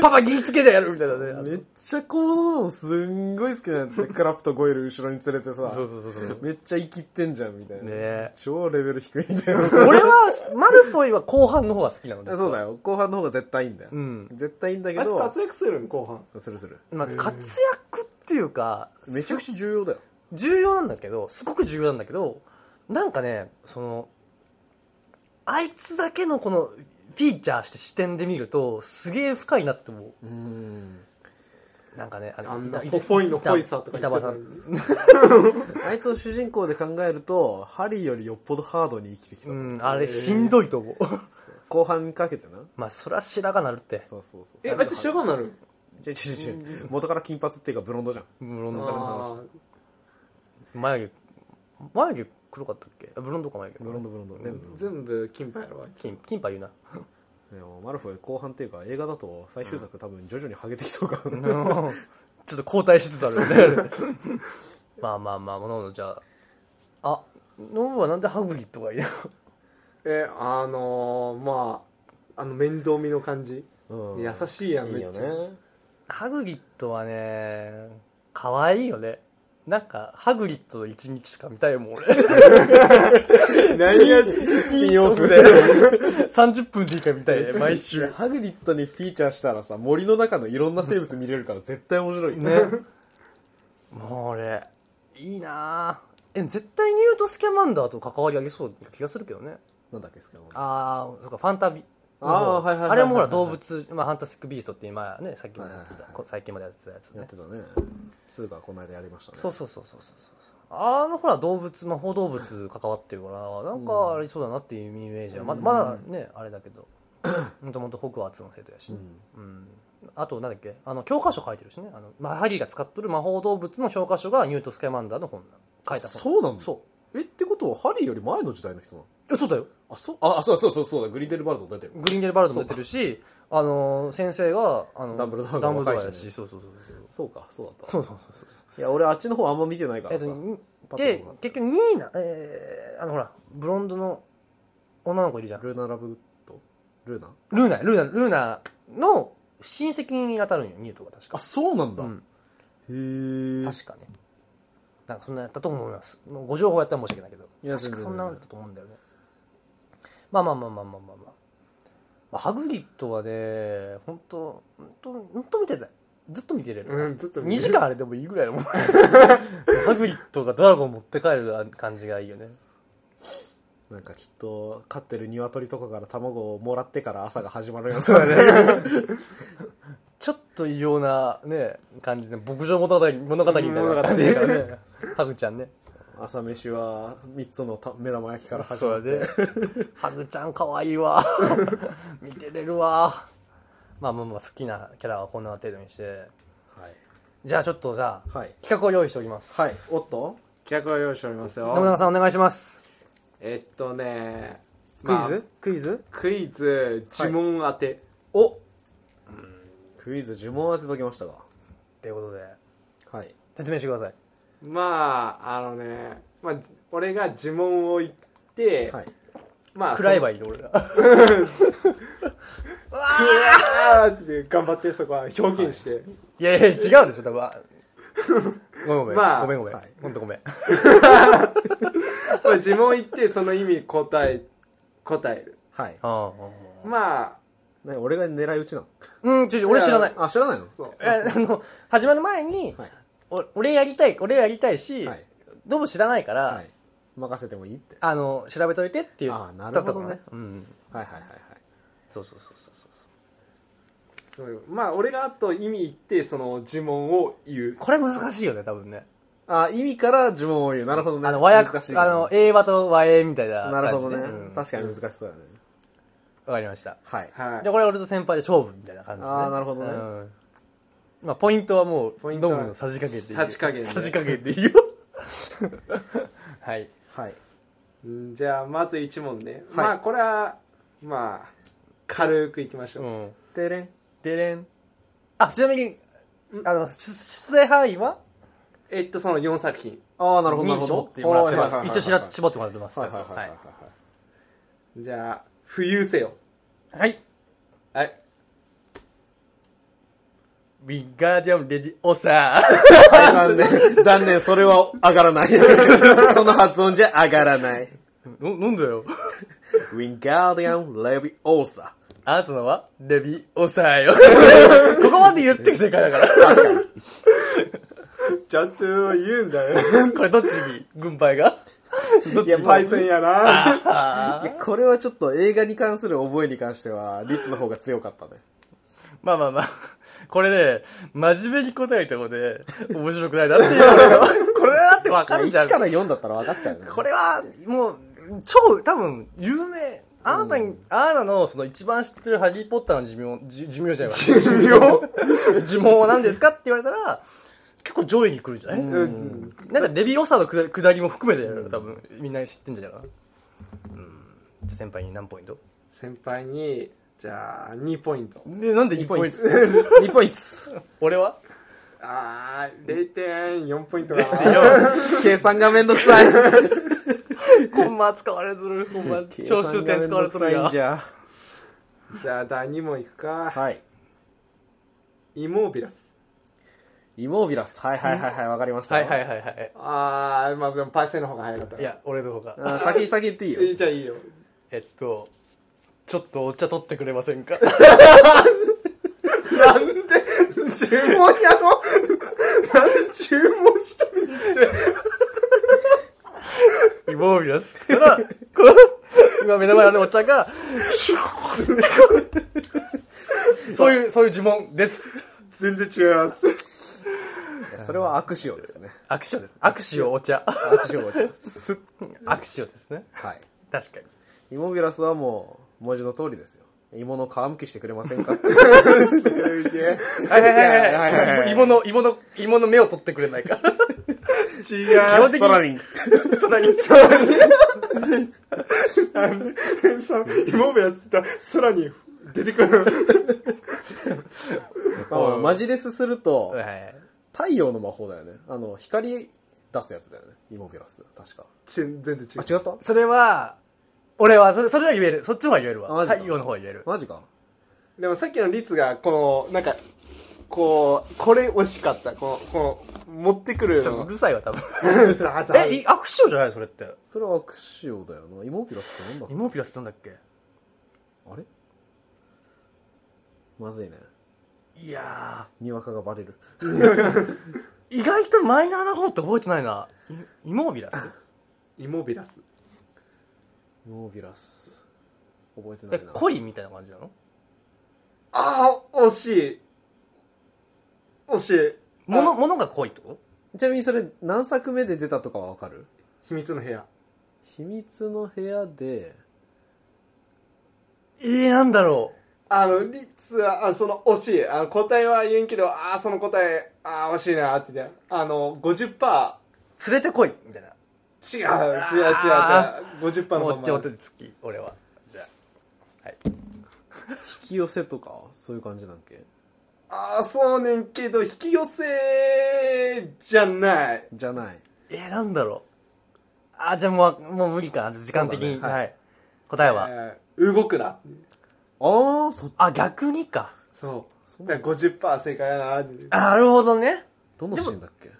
パパ言いつけてやるみたいなね
めっちゃ小物なのすんごい好きなんだってクラプトゴイル後ろに連れてさ
そうそうそうそう
めっちゃ生きってんじゃんみたいな、
ね
超レベル低いみたいな
俺はマルフォイは後半の方が好きなのです
そうだよ後半の方が絶対いいんだよ、
うん
絶対いいんだけ
あいつ
ど
活躍するん後半
するする
まあ活躍っていうか
めちゃくちゃ重要だよ
重要なんだけどすごく重要なんだけどなんかねそのあいつだけのこのフィーチャーして視点で見るとすげえ深いなって思
うん
うなんかねあ
あんな
板
ホフォイのホイさとか
板
言
板
っ
場
て
さ
た
ん
あいつを主人公で考えるとハリーよりよっぽどハードに生きてきた、
うんあれしんどいと思う (laughs)
後半にかけてな
まあそりゃ白髪なるって
そうそうそう
えあいつ白髪になる
違う違う違う元から金髪っていうかブロンドじゃん
ブロン
あ
ドされの話
ー
眉毛眉毛黒かったっけあブロンドか眉毛
ブロンドブロンド全部
全部金牌やろあいつ
金金パ言うな (laughs)
でもマルフォイ後半っていうか映画だと最終作多分徐々にハゲてきそうか
う
ら
んちょっと交代しつつあるよね (laughs) まあまあまあもののじゃああノブはなんでハグリッドがいいの
えあのーまああの面倒見の感じ
うん
優しいやん
いい
め
よ
っ
ね
ちゃ
ハグリッドはね可愛いよねなんかハグリッドの一日しか見たいもん俺
何が
スピンオフで
(laughs) 30分でいいから見たいね毎週
ハグリッドにフィーチャーしたらさ森の中のいろんな生物見れるから絶対面白いよ
ねもう俺いいなぁえ絶対ニュートスキャマンダーと関わりありそうな気がするけどね
なんだっけですか
ああそうかファンタビの方
あーはいはいはいはい
あれもほら動物、まあ、ファンタスティック・ビーストって今ねさっきもやっ
はい
てた
はいはい
こ最近までやってたやつ
や
ね
ってたね2がこの間やりましたね
そうそうそうそうそうそうあのほら動物魔法動物関わってるからなんかありそうだなっていうイメージはままだねあれだけどもともとホクワーツの生徒やし、うんあとなんだっけあの教科書書いてるしねあのまあハリーが使っとる魔法動物の教科書がニュート・スキャマンダーの本なの書いた本
そうなんだ
そ
えってことはハリーより前の時代の人なの
うえそうだよ
あそうああそうそうそうそうだグリンデルバルド出てる
グリンデルバルドも出てるし、あのー先生が、あの
ダンブルドアが
ダンブルドア
若いしね
やし、そうそうそうそう。
そうかそうだった
そうそうそうそ
い
う
や俺あっちの方あんま見てないか
えっ
らさ
と、に
パッと
で
こうなっ、
結局、ニーナ、えー、あの、ほら、ブロンドの女の子いるじゃん。ル
ルーナラブグッドルーナ
ーナ、ルーナ、ルーナの親戚に当たるんよ、ニュートが確か。
そうなんだ
う
へ
ん
え
確かね。なんかそんなやったと思います。もうご情報やったら申し訳ないけど。
いや
確か
全然
そんなのだったと思うんだよね。まあまあまあまあまあまあまあ。まあハグリッドはね、本当本当本当見てたい。ずっと見てれる。
うんずっと見
2
てる
時間あれでもいいぐらいのも
(laughs)
んハグリッドがドラゴン持って帰る感じがいいよね。
なんかきっと飼ってる鶏とかから卵をもらってから朝が始まるやつ
そう (laughs) だね。ちょっと異様なね、感じで、牧場物語物語みたいな感じだからね。ハグちゃんね。
朝飯は3つのた目玉焼きから始
そ
ま
う
る
で。ハグちゃん可愛いわ。見てれるわ。まあまあまあ好きなキャラはこんな程度にして。
はい
じゃあちょっとじゃあ、
はい
企画を用意しておきます。
はい。おっと
企画を用意しております
信長
よ
さんお願いします。
えっとね
クイズ、
まあ
クイズ
クイズ呪文当て、
おクイズ呪文当てときましたが
ということで、
はい
説明してください。
まああのねまあ、俺が呪文を言って、
はい
まあ
食らえ
ば
ばいいの俺ら
って (laughs) 頑張ってそこは表現して、
いやいや違うでしょ多分あごめんごめん、
まあ
ごめんごめん、
はい
ほんとごめん
まあ、呪文言ってその意味答え答える
はい
あ
まあ
何俺が狙い撃ちなの
うんちょちょ俺知らない
あ知らないの
そう
えあの始まる前に、
はい
お俺やりたい俺やりたいし、
はい
どうも知らないから、
はい任せてもいいって
あの調べといてって言っ
あーな
た
る
と
ほ
か
ど
ね
ね
うん
はいはいはいはい
そうそうそうそうそう
そういうまあ俺があと意味言ってその呪文を言う
これ難しいよね多分ね
あ意味から呪文を言うなるほどね
あの和訳
難しい
あの英和と和英みたいな
なる
感
ほ
じ
ど
で、
ね
うんわ
確かに難しそうだね
かりました
はい
はい
じゃあこれは俺と先輩で勝負みたいな感じですね
あーなるほどね
うんまあポイントはもう
ポイ
ノ
ン
ブ
トは
のさじ加減でいいよ
さじ加減で
さじ加減でいいよ (laughs) はい
はい
うんじゃあまず1問ね、
い
まあこれはまあ軽くいきましょう、
うん
でれん
でれんあちなみにあの出出題範囲は
えっとその4作品
ああなるほどなる
に
ほ
絞
ど
ってもらって
はいはいはいは
ま
い
す一応しら絞ってもらってます
はいはいはいはいはい
じゃあ浮遊せよ
はい
はい
ビガーディアムレジオサー
はい残
(laughs)
念残念それは上がらないその発音じゃ上がらない
のなんだよ
ウィンガーディアン・レビオーサ
あなたのはレビオサーよ (laughs) ここまで言って正解だから
ちゃんと言うんだよ
これどっちに軍配が (laughs) どっちに
パイセンやな
いやこれはちょっと映画に関する覚えに関しては率の方が強かったね
まあまあまあ、これね、真面目に答えたので、面白くないなっていうのが (laughs) これだってわかるじゃん
1。から4だったら分かっちゃうね
これは、もう、超、多分、有名。あなたに、あなたの、その一番知ってるハリーポッターの寿命、じ寿命じゃないわ (laughs) 呪文は何ですかって言われたら、結構上位に来るんじゃない、
うん
なんかレビオサのくだくだりも含めて、多分、みんな知ってんじゃないかな。うん。じゃあ先輩に何ポイント
先輩にじゃあ2ポイント
で、なんで1ポイント
2ポイント
(laughs) 俺は
あー0.4ポイントかな
(laughs)
計算がめんどくさい (laughs)
コンマ使われとる、コン (laughs) マ、招集点使われとる
計算がめんどくさいん
や。
じ
(laughs)
ゃ
じゃあ第2問いくか、
はい
イモービラス
イモービラスはいはいはいはい分かりました
はいはいはいはい。
ああまあでもパイセンの方が早かった
いや、俺の方が。
あ先先言っていいよ
えーじゃあいいよ
えっと、ちょっとお茶取ってくれませ (laughs) んか
なんで注文やろなんで注文したのに
イボービラス。そしたら、 (laughs) こう今目の前のお茶 (laughs) が、そういう、そういう呪文です。
全然違います。
それは悪手ですね
握手です。握手をお茶。
悪手をすっ
握手をですね。
はい
確かに。
イモービラスはもう文字の通りですよ芋の皮むきしてくれませんかっ
(laughs)
て
はいはいはい
はいはいはい
はい。芋の、芋の、芋の目を取ってくれないか。
違
基本的
ソラ
に、
リン
そんなに、
う。その、イモベやってた空に出てくる。
まあまあマジレスすると
はいはい
太陽の魔法だよねあの光出すやつだよねイモビラス確か
ち全然違う。
あ違った
それは、俺は、それ、それは言える。そっちは言える
あ
わ。
マジか
太陽の方は言える。
マジか
でもさっきのリツが、この、なんか、こう、これ惜しかった。この、この、持ってくる
ちょっとう
(laughs) の。
るさいわ、多分。
さあ
え、い悪手じゃないそれって。
それは悪手だよなイモビラスってなんだ
イモピラスってなんだっけ
あれまずいね
いや
にわかがバレる
ー、意外とマイナーな方って覚えてないな。イイモビラス
イモビラス。
イモビラス覚えてな
え、
いな
恋みたいな感じなの
ああ、惜しい。惜しい。
もの、ものが恋ってこ
ちなみにそれ何作目で出たとかはわかる
秘密の部屋。
秘密の部屋で
とえー、なんだろ
あの、リッツは、あその、惜しい。あの、答えは言えんけど、ああ、その答え、ああ、惜しいな、って言って。あの、50%、
う。連れて恋みたいな。
違う、違う、違う、違う。50%の
も
ま
う
ま
ちょっとつき、俺は。じゃ
引き寄せとかそういう感じなんけ
ああ、そうねんけど、引き寄せじゃない。
じゃない
えー、なんだろあ、じゃあもう、もう無理かな。時間的に。
そう
だね
はい、
はい
答えは、
えー動くな
ああそ
あ、逆にか。
そう
う
だから50%正解やなっていう
なるほどね。
どのシーンだっけ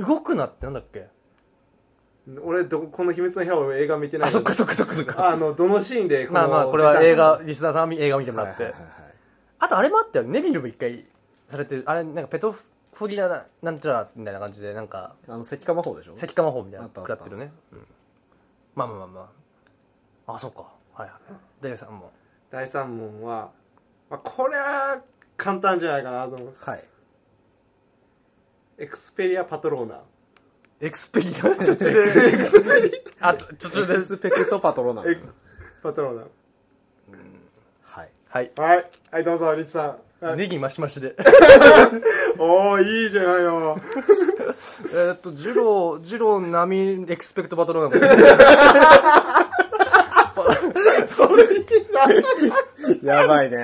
動くなってなんだっけ
俺どこの「秘密の部屋」を映画見てない
あ、そっかそっかそっかそっか。
あのどのシーンで
まあまあ、これは映画、リスナーさんは映画見てもらって。
はいはいはい
あとあれもあったよ。ネビルも一回されてる。あれ、なんかペトフォリアな、なんちゃらみたいな感じで、なんか、
あの石化魔法でしょ
石化魔法みたいな
あ
の
ったあっ
食
た
らってるね。うん。まあまあまあまあ。あ、そうか。はいはい。大丈さんも。
第3問は、まあ、これは簡単じゃないかなと思う
はい
エクスペリアパトローナ
エクスペリア、途中で。エクスペリア。あ、途中で
エ。スペクトパトロナム
エクパトロー
はい
はい。
ナはいはいどうぞリツさん、はい
ネギマシマシで。
おおいいじゃな
(laughs)
いの
えーっと、ジロー、ジロー並みエクスペクトバトルなの。
それいいな
やばいね。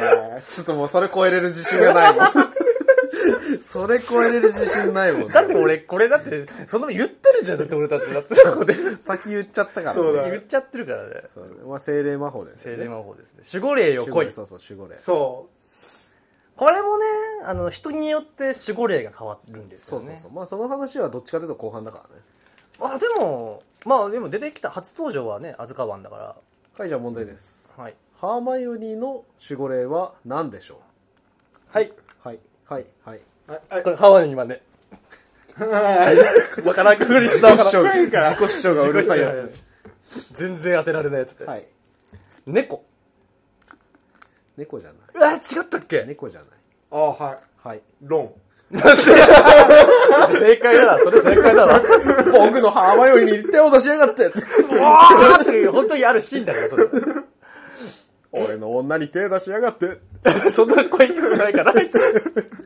ちょっともうそれ超えれる自信がないもん。 (laughs) それ超えれる自信ないもん、ね。
だって俺、これだって、その言ってるじゃん、だって俺たちだってそこで。
先言っちゃったから、ね。
そうだ
言っちゃってるからね。
そうねまあ、精霊魔法です、ね。
精霊魔法ですね。守護霊よ、
守護
来
霊
い。
そうそう、守護霊。
そ
これもね、あの、人によって守護霊が変わるんです
そ
よ
う
ね。
そうそう。まあ、その話はどっちかというと後半だからね。
あ、でも、まあでも出てきた初登場はね、アズカバンだか
はい、じゃあ問題です。
ら。はい。
ハーマイオニーの守護霊は何でしょ
はい。
うはい、はい、はい。
うはいはい
これ、ハワイにまで。わからんくりしながら。
深いから
自己主張がうるさいやつ。
全然当てられないやつで。
はい。
猫。
猫じゃな
うわ、違ったっけ
い。猫じゃない。
あはい
はい。
ロン
正解だな、それ正解だな。
僕のハーマイオニーに手を出しやがって
わーっていう、本当にあるシーンだから、それ。
俺の女に手出しやがって
(laughs) そんな声低くないから、あいつ。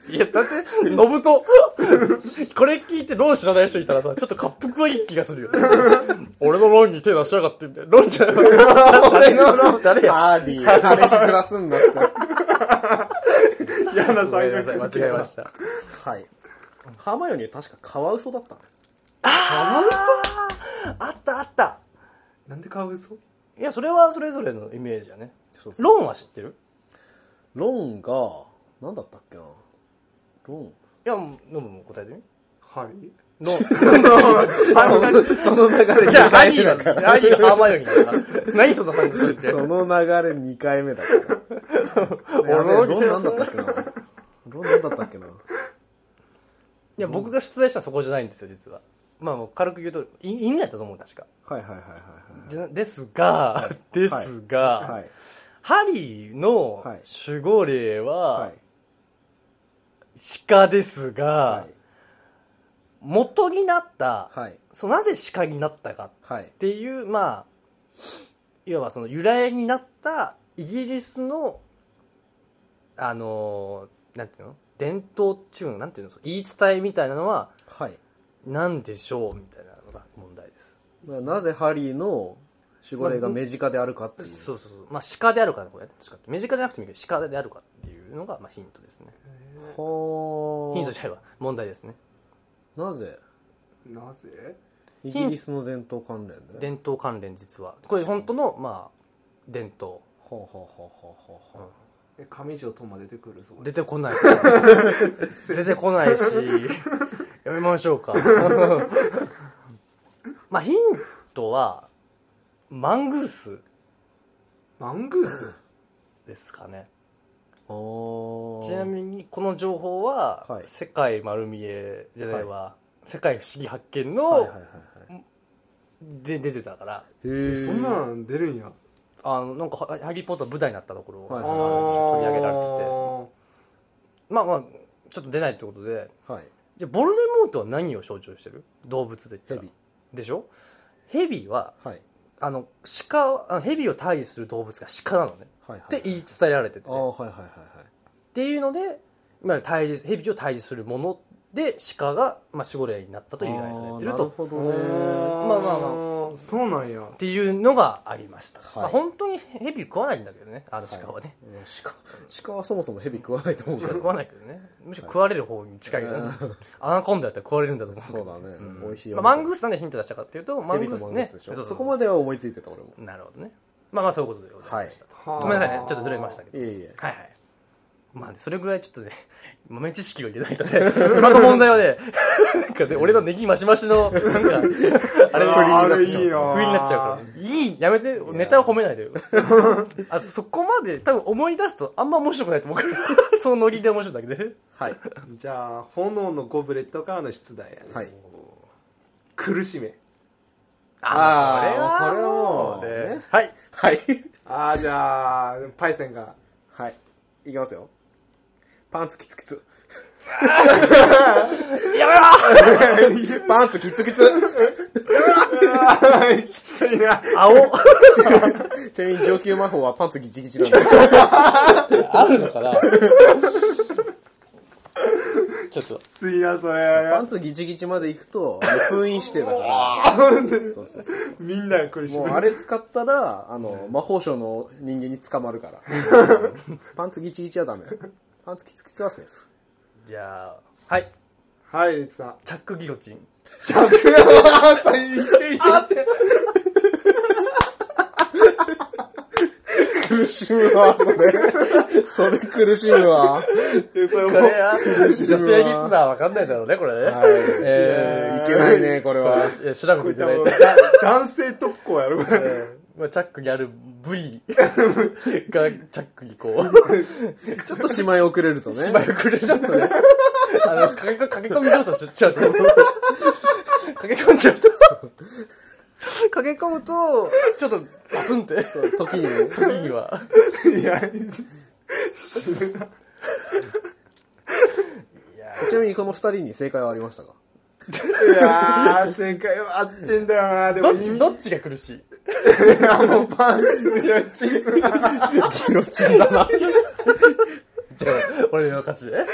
いや、だって、ノブと、これ聞いてロン知らない人いたらさ、ちょっと滑覆はいい気がするよ。俺のロンに手出しやがって、みたいな。ロンじゃない。 (laughs) 誰のロン、誰や。
ハーリー、彼氏ずらすんだって。
嫌な
ごめ
三
んなさい、
角
間違えました。
はい。ハーマイオニー確かカワウソだったね。
あったあった。
なんで顔嘘
いや、それはそれぞれのイメージやね。
そうそう
ロンは知ってる
ロンが、なんだったっけな。ロン。
いや、ノブも答えてみ。
はい
ロン。
その流れ
じゃあ、ハ
回
リ
目
ーは、
だか
ハリーはハーマイオニーだから。何その感覚って
ら。。 (laughs) その流れ2回目だ (laughs) から。
俺
ロン
の
なんだったっけな。ロンなんだったっけな。
いや、僕が出題したのはそこじゃないんですよ、実は。まあ、もう軽く言うと、い犬やったと思う、確か。
はいはいはいはい
じゃですが、ですが、
はい。はい。
ハリーの
はい
守護霊
は。
はい鹿ですが、
はい。
元になった、
はい。
そうなぜ鹿になったか
はい
っ。ていう、まあ、いわばその由来になったイギリスの、あのーなんていうの伝統っていうの、なんていうの言い伝えみたいなのは、
はい。
なんでしょうみたいなのが問題です。
まあなぜハリーの守護霊が目近であるかっていう。
そうそうそう。まあ、鹿であるかね、これね。確かに身近じゃなくてもいいけど、鹿であるかっていうのが、まあ、ヒントですね。
は
ヒント
ー
じゃないわ。問題ですね。
なぜ
なぜ
イギリスの伝統関連で。
伝統関連実は。これ、本当の、まあ、伝統。
ほうほうほうほうほうほう。
え上条トマ出てくるそこ
出て
(laughs)
こないし。出てこないし。やめましょうか。 (laughs) まあ、ヒントは、マングース
マングース
ですかね。
お
ちなみに、この情報は、
はい
世界丸見えじゃないわ。世界不思議発見
はいはいは
の
いはい
で出てたから、
へー
そんなん出るんや
あのなんかハ「ハリー・ポッター」舞台になったところ、
はい
あ
はい
のちょっと取り上げられて
あ
て
ー
まあまあちょっと出ないってことで
はい
じゃあボルデモートは何を象徴してる動物で言った
ヘ
ら
ビ
でしょヘビは
はい
あの鹿あヘビを退治する動物が鹿なのね
はいはい
って言い伝えられてて、
ああはいはいはい
っていうので今退治ヘビを退治するもので鹿が、まあ、守護霊になったと
はい
由来されて
あーな
る
る
と
ほど
う
ね
ん
まあまあまあ
そうなんや
っていうのがありました、
はい
まあ、本当にヘビ食わないんだけどねあの鹿はね、
うん鹿鹿はそもそも蛇食わないと思う
し
け
か
ど
食わないけどねむしろ食われる方に近いけど、ねアナコンダだったら食われるんだと思うけ
そ
ど
うだね、
ん
美味しい
まあ、マングースなんでヒント出したかっていうとマン
蛇と
グース
マング
ね
ースでし
う
ょ
う
そこまでは思いついてた俺も
うなるほどねまあまあそういうことでございました、
はい
ごめんなさいねちょっとずれましたけど
いえいえ
はいはいまあねそれぐらいちょっとね豆知識がいけないとね (laughs) 今の問題はねなんかね俺のネギマシマシのなんか
あれあれいいな
不意になっちゃうから。いいやめて、ネタを褒めないでよ。あそこまで、多分思い出すとあんま面白くないと思うから。そのノリで面白いだけで。
はい
じゃあ炎のゴブレットからの出題やね、
はい
苦しめ
あー
これはもう
これはもうね
ね。はい。
はい (laughs)
ああじゃあパイセンが (laughs)
はいいきますよパンツキツキツ
やめ
(laughs)
ろ
パンツキツキツ
きついな
青
(laughs) ちなみに上級魔法はパンツギチギチなんで
あるのかなちょっと
きついなそ
パ
れ
ンツギチギチまで行くとあの封印してるからそうそうそ
みんなが苦し
うもう
む
あれ使ったらあの魔法省の人間に捕まる (laughs) からパンツギチギチはダメパンツキツキツはセーフ
じゃあ、はい。
はいリツさん
チャックギロチン。
着はさいけいけって
苦しむわそれそれ苦しむわ
えそれ
こ
も
れは、女性リスナーわかんないだろうね、これね。え
いけないねこれ
ー
は
これ、え調べていただいて。
男性特攻やろこれ
まあ、チャックにある
(laughs)
V がチャックにこう、
ちょっとしまい遅れるとね
芝居をくれちゃった
(laughs)
ね。あの、駆け込駆け込み調査しちゃうと。駆け込んじゃうと。駆け込むと、ちょっと、バツンって、
時にね
時には。
いや死ぬない
ちなみにこの二人に正解はありましたか
やー正解は合ってんだよなでも
どっち、どっちが苦しい
いやもうパンいやチン
ギロチンだな
じゃあ、俺の勝ちで。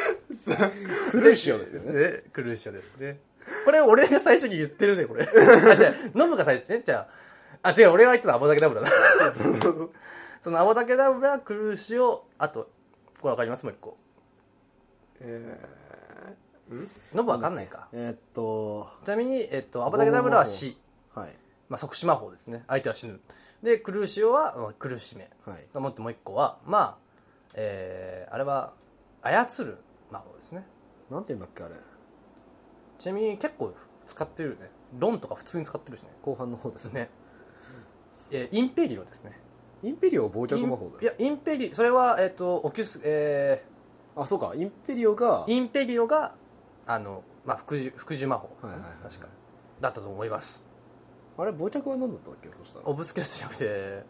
苦しいよですよね
ね、クルーショですね。これ、俺が最初に言ってるね、これ。 (laughs) あ、じゃあ、ノブが最初ね、じゃあ。あ、違う、俺が言ったのはアボダケダブラだ。そのアボダケダブラ、クルーシオ、あと、これわかりますもう一個。ノブわかんないか。
えーっと
ちなみに、えっと、アボダケダブラは死。
はい
まあ、即死魔法ですね。相手は死ぬ。で、クルーシオは、まあ、苦しめ。
はい
もっともう一個は、まあ、えー、あれは、操る魔法ですね。
なんて言うんだっけあれ
ちなみに結構使ってるよね。ロンとか普通に使ってるしね。
後半の方ですね
ね。えーインペリオですね。
インペリオ傍却魔法
イン
だ
い
よ
や、インペリそれは、えっ、と、オキュス、え
あそうかインペリオが
ーインペリオが、あの、まあ、服従、服従魔法。
はいはいはい
確か。だったと思います。
あれ傍着は何だったっけそしたら
オブスキャスじゃなくて、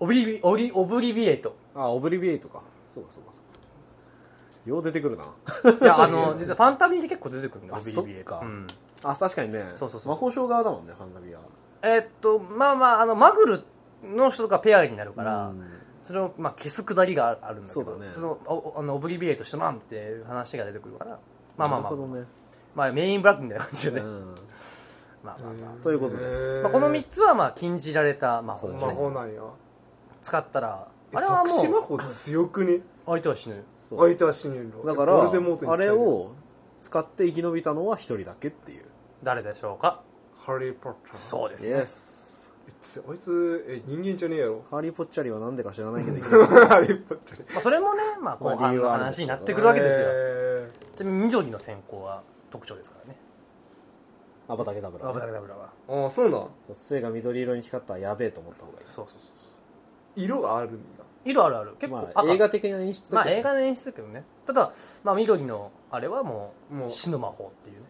オブリビ、オリ、オブリビエ
(laughs)
イト。
あオブリビエイトかそうかそうかそうかよう出てくるない
や、あの、実はファンタビーで結構出てくるんだ、
あ
オブリビエイト。
そっか
うん
あ確かにね
そうそうそう
魔法省側だもんねファンタビア
えっと、まあまあ、あの、マグルの人がペアになるから、
うん
それを、まあ、消すくだりがあるんだけど
そうだね
のおおあのオブリビエイトしてなんっていう話が出てくるからまあまあま
な
あ、
るほどね
まあ、メインブラックみたいな感じでね、
うん
まあまあまあ
ということです
まあ、この3つはまあ禁じられた魔法
そうです
魔
ね
法なんよ
使ったら
え
あれは
即死魔
もう
法強くね
相手は死ぬ
そう
相手は死ぬの
だか
ボルデモート
ら
に
あ
使
れ
える
を使って生き延びたのは一人だけっていう
誰でしょうか
ハリー・ポッター
そうです
イ
ね
エス
えつあいつえ人間じゃねえやろ
ハリー・ポッチャリは何でか知らないけど
(laughs)
ハリー・ポッター
まあ、それもね、まあ、
まあ
後半
理由
の
はあるんです
話
けど
になってくるわけですよ、
え
ちなみに緑の先行は特徴ですからね
アバタケダブラ
アブダケダブラは
ーああそうなん
そう杖が緑色に光ったらやべえと思った方がいい
そうそうそうそう
色があるんだ
色あるある結構
ま
赤、
あ映画的な演出
ま
だけ
あ
ど
映画の演出だけどねただ、まあ、緑のあれはも
もう
う死の魔法っていうね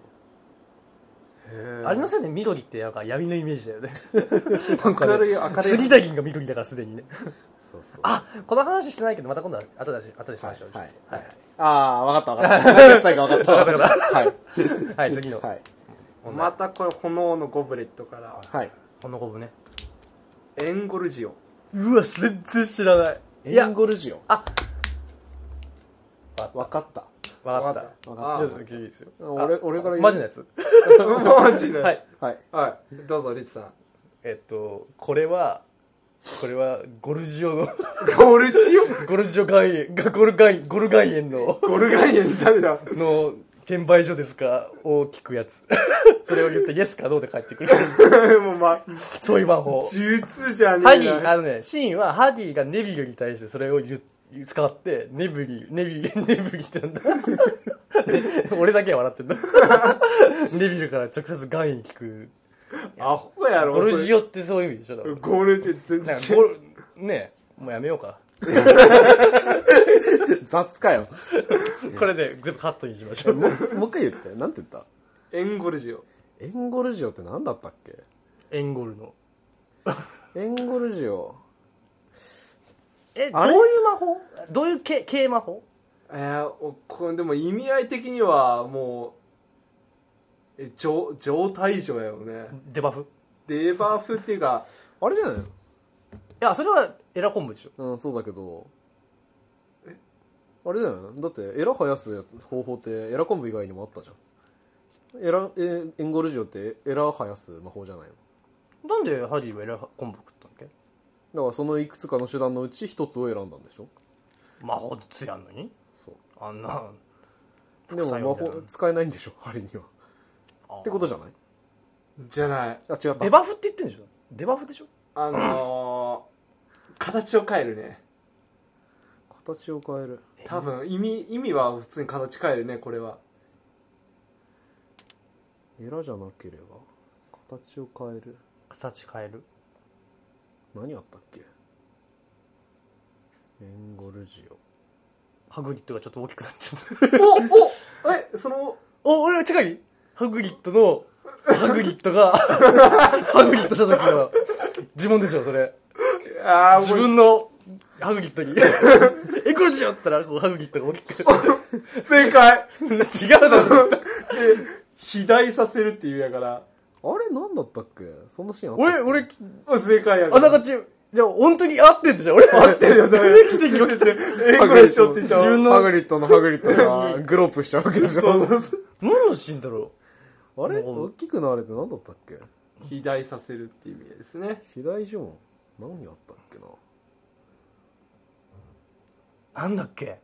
へえ
あれのせいで緑ってなんか闇のイメージだよねなん
明
か
るい
ね
明るい
杉田銀が緑だからすでにね
そうそう
あこの話してないけどまた今度は後でし後でしましょう
はい
は
はいいああ分かった分か (laughs) った何がしたいか分かった (laughs) はい
はい、次の
はい
問題
またこれ炎のゴブレットから
はい
このゴブね
エンゴルジオ
うわ全然知らないい
エ
や
ンゴルジオ
あ
分かった
わかった。
じ
わ
ゃ
か
あ
っ
次いいですよ
俺俺から言う
マジのやつ (laughs)
たあマジで
はい。
はい
はいどうぞリツさ
えっと、これは、これは、ゴルジオの、 (laughs)
んゴルチ
ゴルジオ岩塩、がゴル岩塩、ゴル岩塩の、
オゴルガイエン誰だ (laughs)
の、転売所ですかを聞くやつ。それを言って、イエスかノーで帰ってくる。
もうま
そういう魔法。
呪術じゃね
ハ
え
ディ、
な
あのね、シーンはハディがネビルに対してそれを言う使って、ネビリ、ネビリ、 (laughs) ネビリってなんだ。で俺だけは笑ってんだ。 (laughs) ネビルから直接ガイに聞く。
アホやろ
ゴルジ
オ
オってそういう意味でしょだから
ゴルジオ全
な
然
ん
違
かゴ
う
ル、ねえ、もうやめようか。
雑かよ
これで全部カットにしましょう。
もうもう一回言ってなんて言った
エンゴルジオ
エンゴルジオって何だったっけ
エンゴルの。
エンゴルジオ
え、ど
あ
う
れ
いう魔法どういう系、系魔法
えー、おこれでも意味合い的にはもうえ状状態上やよね
デバフ
デバフっていうか
あれじゃない
いや、それはエラコンボでしょ。
のうんそうだけどあれだよねだってエラ生やす方法ってエラ昆布以外にもあったじゃんエラえエンゴルジオってエラ生やす魔法じゃないの
なんでハディはエラコンボ食ったんだ
だ
っ
からそのいくつかの手段のうち一つを選んだんでしょ
け魔法つやんのに
そう
あんな、
でも
副作用
魔
みたいな
法使えないんでしょ (laughs) 針には
あー
ってことじゃない
じゃない
あ違った
デバフって言ってんでしょデバフでしょ
あのー、形を変えるね
形を変える
多分意味意味は普通に形変えるねこれは
エラじゃなければ形を変える
形変える
何あったっけエンゴルジオ
ハグリッドがちょっと大きくなっちゃった。
おおえその
(laughs) お、俺は近いハグリッドの、ハグリッド (laughs) が、ハグリッドした時の呪文でしょ、それ。
ああ
自
もう
分のハグリッ (laughs) ドに、エコロジオって言ったら、こうハグリッドが大きく。
正解
違うだろ。
肥大させるっていうやから
あれ何だったっけそんなシーンあったっけ
俺、俺、
お正解やか
あな
ら
がち、じゃあ本当に合ってんじゃん、俺。合ってるよ、奇跡起きてる。
えこれちょっと言ったわ
自分のハグリッドのハグリッド (laughs) がグロープしちゃうわけでしょ
そうそうそう
何のシーンだろ
あれ大きくなれて何だったっけ
肥大させるっていう意味ですね
肥大呪文何あったっけな
うなんだっけ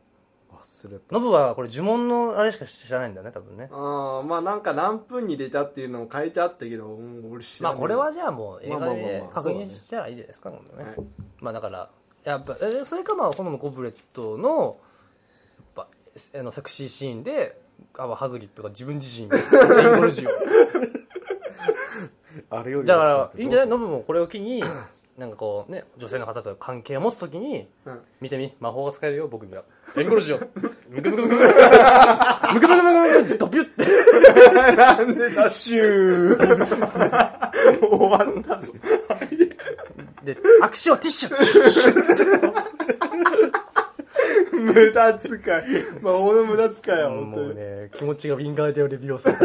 忘れた
ノブはこれ呪文のあれしか知らないんだね、多分ね。
あーまあなんか何分に入れたっていうのを書いてあったけど、うん、俺知
まあ
らない
これはじゃあもう映
まあ
画
まあまあ
で
まあ
確認したらいいじゃないですか、今度ね。
はい
まあだから、やっぱ、えそれかまあ、このゴブレットの、やっぱ、えあのセクシーシーンで、あハグリッドが自分自身に、エンゴルジオ。
あれよ
だから、いいんじゃないノブもこれを機に、なんかこうね、女性の方と関係を持つときに、
うん
見てみ、魔法が使えるよ、僕には。エンゴルジオ。ムクムクムクムク。ムクムクムクムクドピュって。
なんでだシュー終わったぞ
で、握手をティッシュ
無駄遣い魔法の無駄遣いは本当
もう
に、
ね、気持ちがウィンガーデオレビオさん。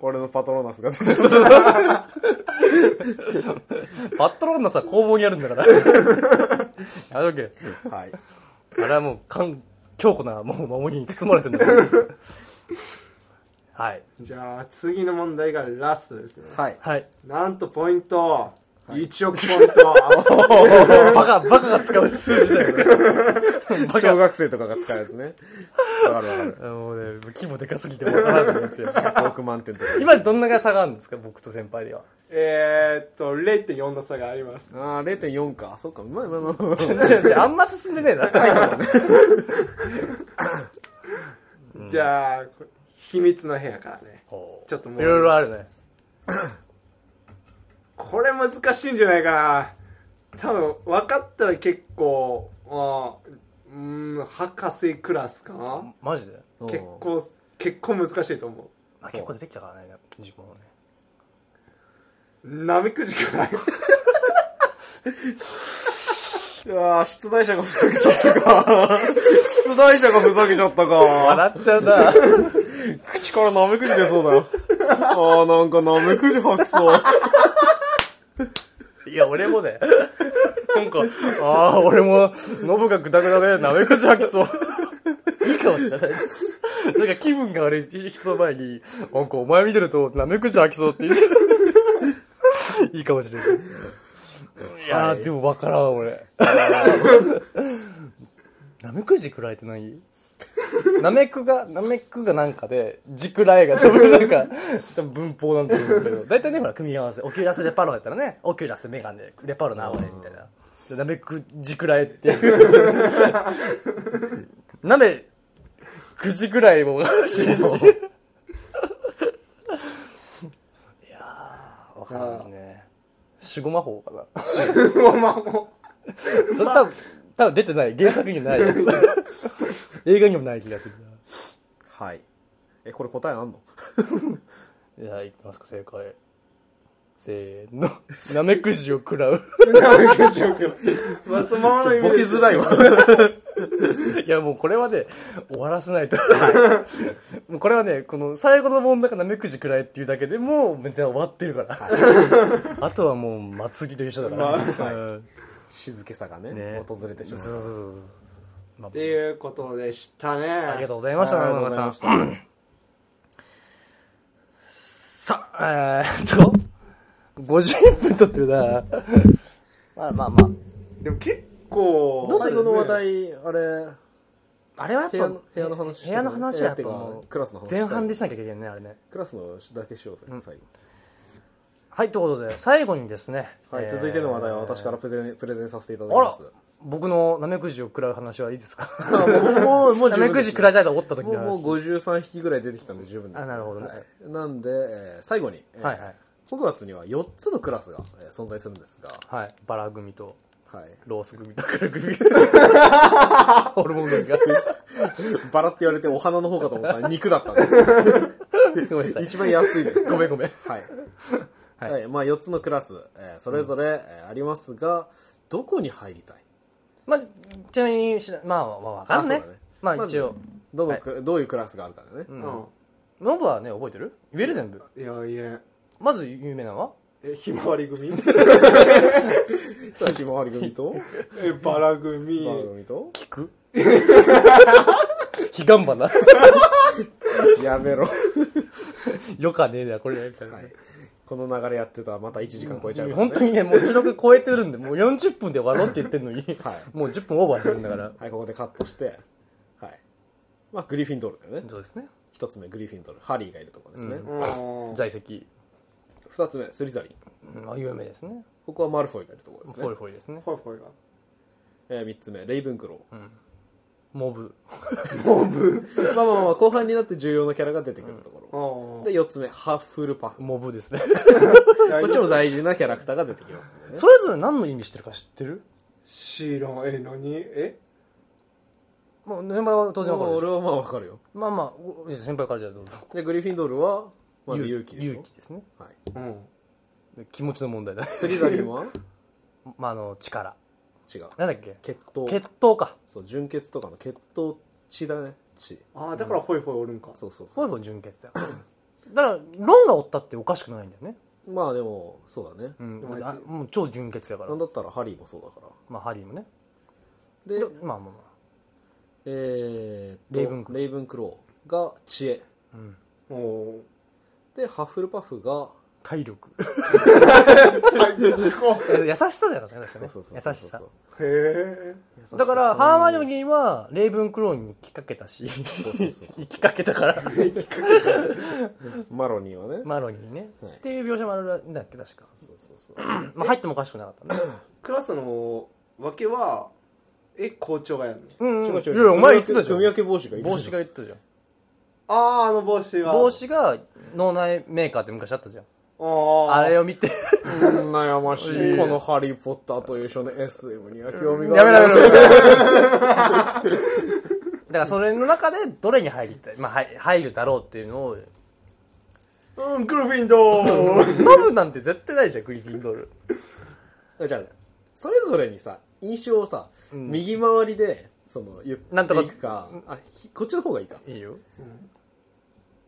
俺のパトローナスが出てきた (laughs)
パットロンのさ、工房にあるんだ
(laughs)
から。やめとけ。
はい
あれはもう、かん、強固な、もう守りに包まれてんだか
(laughs)
ら。はい。
じゃあ次の問題がラストですね
はい
はい。
なんとポイント、1億ポイント
バカ、バカが使う数字だ
(laughs)
よね。バ
(laughs) 小
カ。
学生とかが使うやつねわかるわかる
あのね、規模でかすぎてわからないやつや。
6万点とか
今どんな差があるんですか僕と先輩では。
えーっと0.4の差があります
ああ0.4かそっかまあまあまあまあ
ちょ、ちょ、ちょ、あんま進んでねえな。 (laughs)
じゃあこれ秘密の部屋からね
ほう
ちょっともう
いろいろあるね。
これ難しいんじゃないかな多分分かったら結構あーうーん博士クラスかな
マジで、
うん
結構結構難しいと思
まあ、結構出てきたからね、自分はね。
うなめくじくない
いやー出題者がふざけちゃったか出題者がふざけちゃったか
笑っちゃうな。
口からナメクジ出そうだよああなんかナメクジ吐きそう
いや、俺もね。なんか、ああ、俺も、ノブがグダグダで、なめくじ吐きそう。いいかもしれない。なんか気分が悪い人の前に、なんかお前見てるとなめくじ飽きそうって言ういいかもしれない。いやー、でもわからん、俺。 (laughs) なめくじくらえって何なめくが、なめくがなんかで、じくらえが多分なんか、多分文法なんだと思うけど、大体ね、ほら、組み合わせ、オキュラスレパロやったらね、オキュラスメガネ、レパロナオレみたいな。でなめくじくらえっていう。なめ、くじくらいも欲しいし。いやー、わからんね。守護魔法かな。それ多分、多分出てない。原作にもないやつ。映画にもない気がする
はいえこれ答えあんの
な。いや、いきますか、正解。せ (laughs) ーの。なめくじを食らう。
まあ、そのままのイメ
ボ
ー
ケ
ジ
づらいわ
(laughs) いや、もうこれはね、終わらせないと。もうこれはね、この最後の問題がなめくじくらいっていうだけでもう、めっちゃ終わってるから。あとはもう、祭りと一緒だから。うん
静けさがね
ね
訪れてしまう
そうそうそうそうまあ
っていうことでしたね
あ
あ
りがとうございました、
ありがとうございました
さあ、えー、っと、50分撮ってるな。まあまあまあ。
でも結構
最後の話題あれ
あれはやっ
部
ぱ
屋の部屋の話して
部屋の話はや
部屋っ
っぱ
ていう
も
か
う
クラスの話したい
前半でしなきゃいけないねあれね
クラスのだけしようぜ最後
はいということで最後にですね、
はい
えー
続いての話題は私からプレゼンプレゼンさせていただきます
あ僕のナメクジを食らう話はいいで
(laughs)
すか
もうもう
ナメクジ食らいたいと思った時
もう
の
もう
話
53匹ぐらい出てきたんで十分です
あなるほどね
はいなんで、えー最後に、えー
はいはい
ホグワーツには4つのクラスが、えー存在するんですが、
はいバラ組と
はい、 (laughs)
ロース組とクラ組ホルモン組が
バラって言われてお花の方かと思ったら肉だ
(laughs)
ったんで
ごめんなさい
一番安いで
ごめんごめん
はい、
(laughs) は
はいいまあ、4つのクラス、えーそれぞれ、えーありますがどこに入りたい
まあちなみにしらまあまあまあわかんね
あそうだね
まあ
まず
一応
どのクラどういうクラスがあるかだね、
うん
ノブはね覚えてる言える全部
いやいや
まず有名なのは
えひまわり組
さあひまわり組
(laughs)
と
えバラ組
バラ組と
聞く彼岸花
(laughs) やめろ
(laughs) よかねえだこれみたいな、
この流れやってたらまた1時間超えちゃうから、ね、
本当にねもう収録超えてるんでもう40分で終わろうって言っ
(laughs)
てるのに、もう10分オーバーしてるんだから
はい、ここでカットして、はい。まあ、グリフィンドールだよね。
そうですね
一つ目、グリフィンドール。ハリーがいるところですね。
うん
在籍、
二つ目、スリザリン。
うんまあ、有名ですね
ここはマルフォイがいるところです
フォ
ね
リ。フォリですね
ほいほいが
えー、三つ目、レイブンクロー。
モブ
まあまあまあ、後半になって重要なキャラが出てくるところ。
こ
で、四つ目、ハッフルパフ。
モブですね
こっちも大事なキャラクターが出てきますね。
(laughs) それぞれ何の意味してるか知ってる
知らんえ何え
もうメンバーは当然わかるでし
俺
ょ
はまあわかるよ。
まあまあお先輩からじゃあどうぞ
で、グリフィンドールは、まず勇気でしょ
勇気ですね
はい。
うん
で気持ちの問題だね
スリザリンは
(laughs) まああの力
違う。
なんだっけ
血統。
血統か
そう、純血とかの血統血だね。血。
ああだからホイホイおるんか
そうそう
フォ
そ
リ
う。
フォリ純血だよ (coughs) だからロンがおったっておかしくないんだよね
まあでも、そうだね。
うん
でもあいつ
だってあもう超純血だから
なんだったらハリーもそうだから。
まあハリーもね
で
で、まあまあまあ
えーと、
レイブンクロー
レイブンクローが知恵
おお
でハッフルパフが
体 (laughs) 力
最高
優しさじゃなかったね確かね
そうそうそうそう
優しさ
へえ
優しさ
だからハーマニョニーはレイブンクローンに行きかけたし
そうそうそうそう
行きかけたから
マロニーはね、
マロニーにね、
はい
っていう描写もあるんだっけ確か、
そうそうそう
まあ、入ってもおかしくなかったね
クラスのわけはえ校長がやるの
うん、うん、
違う違う
いやお前言ってたじゃ
組
ん
み分け帽子がいる
帽子が言ってたじゃん
あああの帽子は
帽子が脳内メーカーって昔あったじゃん
ああ
あれを見て
悩ましいこの「ハリー・ポッター」という少年 SM には興味が
やめろやめ
ろ
ろだからそれの中でどれに入りたい、まあ、はい入るだろうっていうのを
うんグルフィンドー
ノブなんて絶対ないじゃんグリフィンドール
じゃあそれぞれにさ印象をさ、右回りでその言って
なんとか
いくかあひこっちの方がいいか
いいよ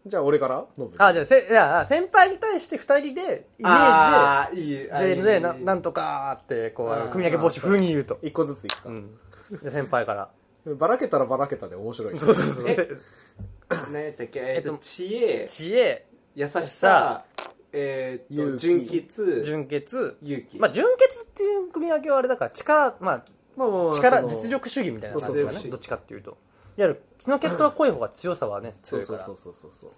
じゃあ俺からノブ
あじゃあせいや先輩に対して2人でイメー
ああいい
ジで全員でななんんとかーってこうあの
うん
組み上げ帽子風に言うと、
一個ずついくか、
うん、で先輩から
ばらけたらばらけたで面白い
そうそうそうせ
(coughs) 何やったっけ、えっ
えっ
と
と
知恵
知恵
優しさえっ
勇
と
気
純潔
純潔
勇気
まあ純潔っていう組み分けはあれだから力まあ
まあまあまあ
力
その
実力主義みたいな感じです
そうそう
よ
そう
ねどっちかっていうといわゆる血の結果が濃い方が強さはね
そ
強
う
いか
そう
ら
そうそうそうそう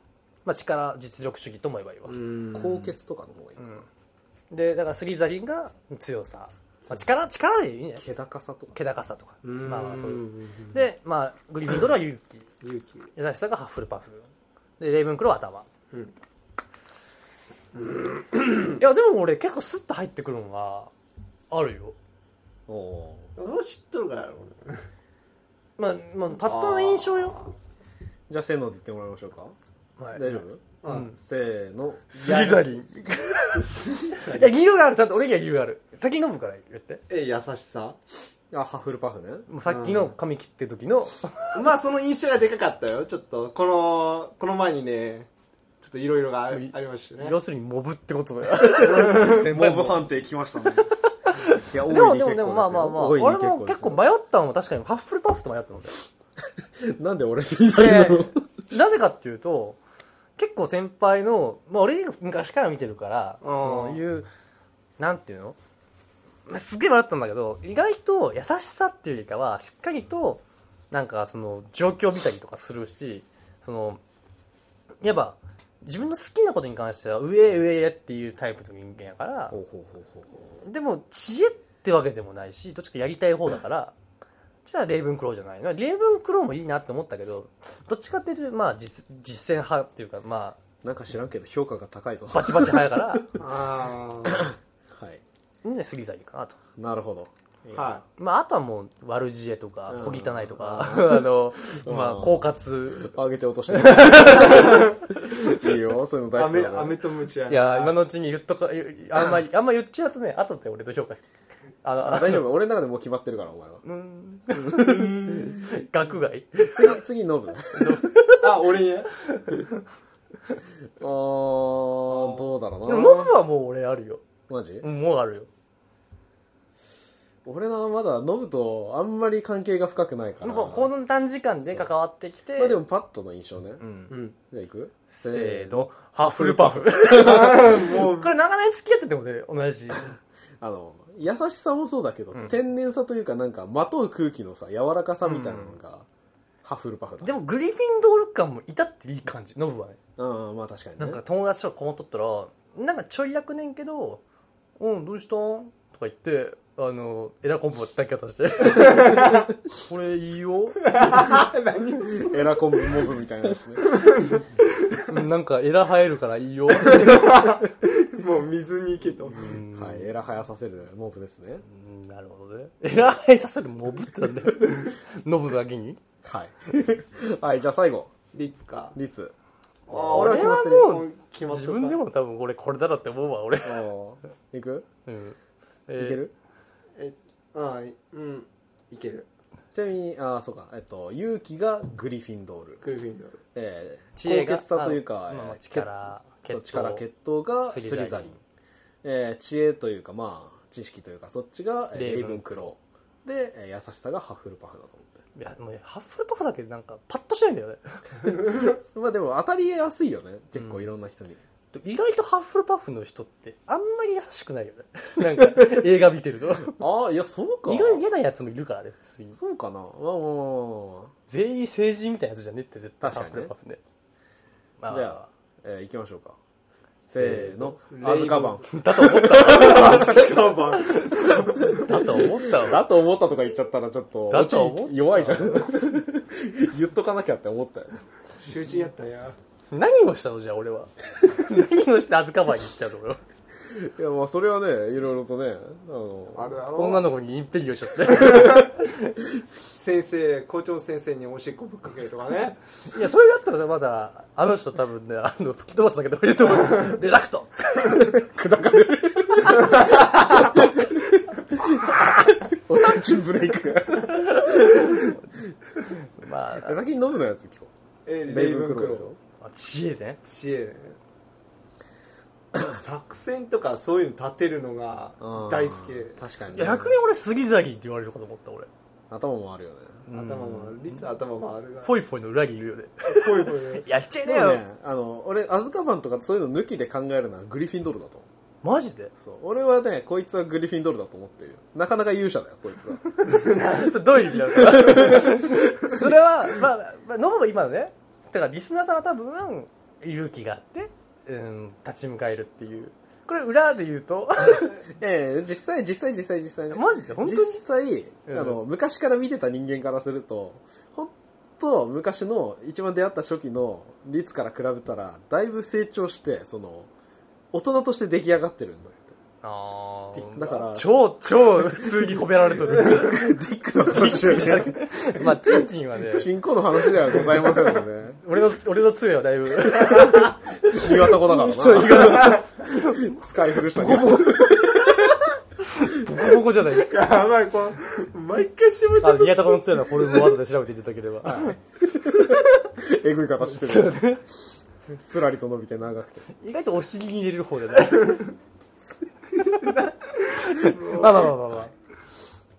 まあ力実力主義とも言えばいいわ、
うん
高血とかの方がいい、
うんでだからスリザリンが強さ、まあ、力力でいいね
気高さとか
気高さとか
うん
まあまあそういう
うん
でまあグリフィンドールは勇気
勇気
優しさがハッフルパフでレイブンクローは頭
うん
いやでも俺結構スッと入ってくるのはあるよ
おお
そう知っとるからやろ俺
まあ、まあ、パッとの印象よ
ーじゃあせーので言ってもらいましょうか
はい
大丈夫
うん
せーの
スリザリンいや理由があるちゃんと俺には理由がある先飲むから言って
え優しさ
あハッフルパフ (laughs) ね
もうさっきの髪切ってる時の、
まあその印象がでかかったよちょっとこのこの前にねちょっといろいろがありありましたよね
要するにモブってことだよ
先輩ブ判定きましたねいや大い
でも
に
で
結構す
もでもまあまあまあ
大いに
俺も結構迷ったのも確かにハッフルパフと迷ったので
構なんで俺ス (laughs) リザリンなの
でなぜかっていうと結構先輩の、まあ、俺昔から見てるから
うん
そういうなんていうのまあすげえ笑ったんだけど意外と優しさっていうよりかはしっかりとなんかその状況を見たりとかするしそのやっぱ自分の好きなことに関しては上へ上へっていうタイプの人間やから
ほうほうほうほうほう
でも知恵ってわけでもないしどっちかやりたい方だからじゃあレイブンクローじゃないのレイブンクローもいいなって思ったけどどっちかっていうとまあ実実践派っていうかま
なんか知らんけど評価が高いぞ
あバチバチ派やから
(laughs) ああ
はい
ねスリーザリーかなと。
なるほど
は
まあ、あとはもう悪知恵とか
うん
小汚いとか、 (laughs) あの、まあ、
うん
狡猾。
上げて落として (laughs) るいいよそういうの
い
大好き
飴
だから
飴とムチや
いや、今のうちに言っとか、ゆあんまり、あんま言っちゃうとね、後で俺と評価、あの、あ
大丈夫俺の中でも (laughs) う決まってるからお前は
うーん、学外
次次ノブあ
あ俺にね
ーどうだろうな
でも、ノブはもう俺あるよ。
マジ
うんもうあるよ。
俺はまだノブとあんまり関係が深くないから
もうこの短時間で関わってきて、
まあでもパッとの印象ね、
うん
うん
じゃあいく
せーの、ハッフルパフ。
も
(laughs)
う
これ長年付き合っててもね、同じ。
あの優しさもそうだけど、
ん
天然さというかなんかまとう空気のさ柔らかさみたいなのが、ハッフルパフだ
(laughs) でも、グリフィンドール感も至っていい感じ、ノブはね。
うんうんまあ確かにね
なんか友達とこもっとったら、なんかちょい楽ねんけど、うん、どうしたんとか言って、あの、エラコンボ抱き方 (laughs) して、これいいよ。
エラコンモブみたいな
(laughs)
ですね
うんなんかエラ生えるからいいよ。
もう水に行けと
はいエラ生やさせるモブですね
うん (laughs) なるほどね。エラ生えさせるモブってなん (laughs) だよ。ノブだけに。
はい (laughs) はいじゃあ最後
リツか
リツ
あ
俺は決まってる
俺はもう、
決まっと
自
った
分でも多分俺これだろって思うわ、俺。
おーいく
う
い
ん。
ける、
えあうんいける
ちなみにああそうかえっと勇気がグリフィンドール
グリフィンドール
えー
知恵
高
が
潔さというか
あ、まあ
えー
力
血そう
血統
力血統が
スリ
ス
ザリ
リ
ン
ザリン、えー知恵というかまあ知識というかそっちがえー
レ
レ
イブ
イ
ン
ブンクローでえー優しさがハッフルパフだと思っ
いや、もうハッフルパフだけなんかパッとしないんだよね。
てまあでも当たりやすいよね結構いろんな人に、
意外とハッフルパフの人ってあんまり優しくないよね (laughs) なんか映画見てる
(laughs)
と
ああいやそうか
意外に嫌なやつもいるからね普通に
そうかなまあまあまあまあま
全員成人みたいなやつじゃねって絶対ハ
確
ッ
か
フ
にね
ル
あ
パフねま
じゃあ、えー行きましょうかせーのア
レイブ
ズ
ン
カバン
(laughs) だと思っ
カバー
ただと思ったわ
だと思ったとか言っちゃったらちょっと
だと思った
オチ弱いじゃん (laughs) 言っとかなきゃって思ったよ
囚人やったんや
何をしたのじゃあ俺は (laughs) 何をしてアズカバーに行っちゃうの俺はい
やまあそれはねいろいろとねあの
あれだ
女
ろ
の子にインペリオしちゃって (laughs)
先生校長先生におしっこぶっかけるとか (laughs) ね
いやそれだったらまだあの人多分ねあの吹き飛ばすだけでもいいと思うレラクト
おちんちんブレイク
まあ
先にノブのやつ聞こ
え
う
レイブンク
レ
ロ
でしょ
ー
あ知恵ね
知恵ね作戦とかそういうの立てるのが大好き
確かに
いや逆に俺スギザギンって言われるかと思った俺
頭もあるよね
頭も率頭もあるが
フォイフォイの裏にいるよね
ぽいぽいね
(laughs) やっちゃいな
でも
よ、
ねあの俺アズカバンとかそういうの抜きで考えるならグリフィンドールだと思う
マジ (laughs) で
そう俺はねこいつはグリフィンドールだと思ってるよなかなか勇者だよ (laughs) こいつは
それどういう意味なのかな (laughs) それはまあ、まあ、ノブも今のねだからリスナーさんは多分勇気があって、うん、立ち向かえるっていうこれ裏で言うと
ええ実際実際実際実際ね
(laughs) マジで本当に
実際あの、昔から見てた人間からすると本当昔の一番出会った初期の率から比べたらだいぶ成長してその大人として出来上がってるんだ (laughs) っ
あ
てだから
超超普通に褒められて (laughs) る
ディックの話より
(laughs) まあチンチンはね
チンコの話ではございませんのでね
俺の俺の杖はだいぶ
日がたこだからな
(laughs) そう日が
使い古したけど
ボコボコじゃない
やばいこう毎回締めて
あの、リアタコの強いのはこれも後で調べていただけれ (laughs) ば。
えぐい形してるすらりと伸びて長くて
意外とお尻に入れる方じゃない。まあまあまあまあまあ。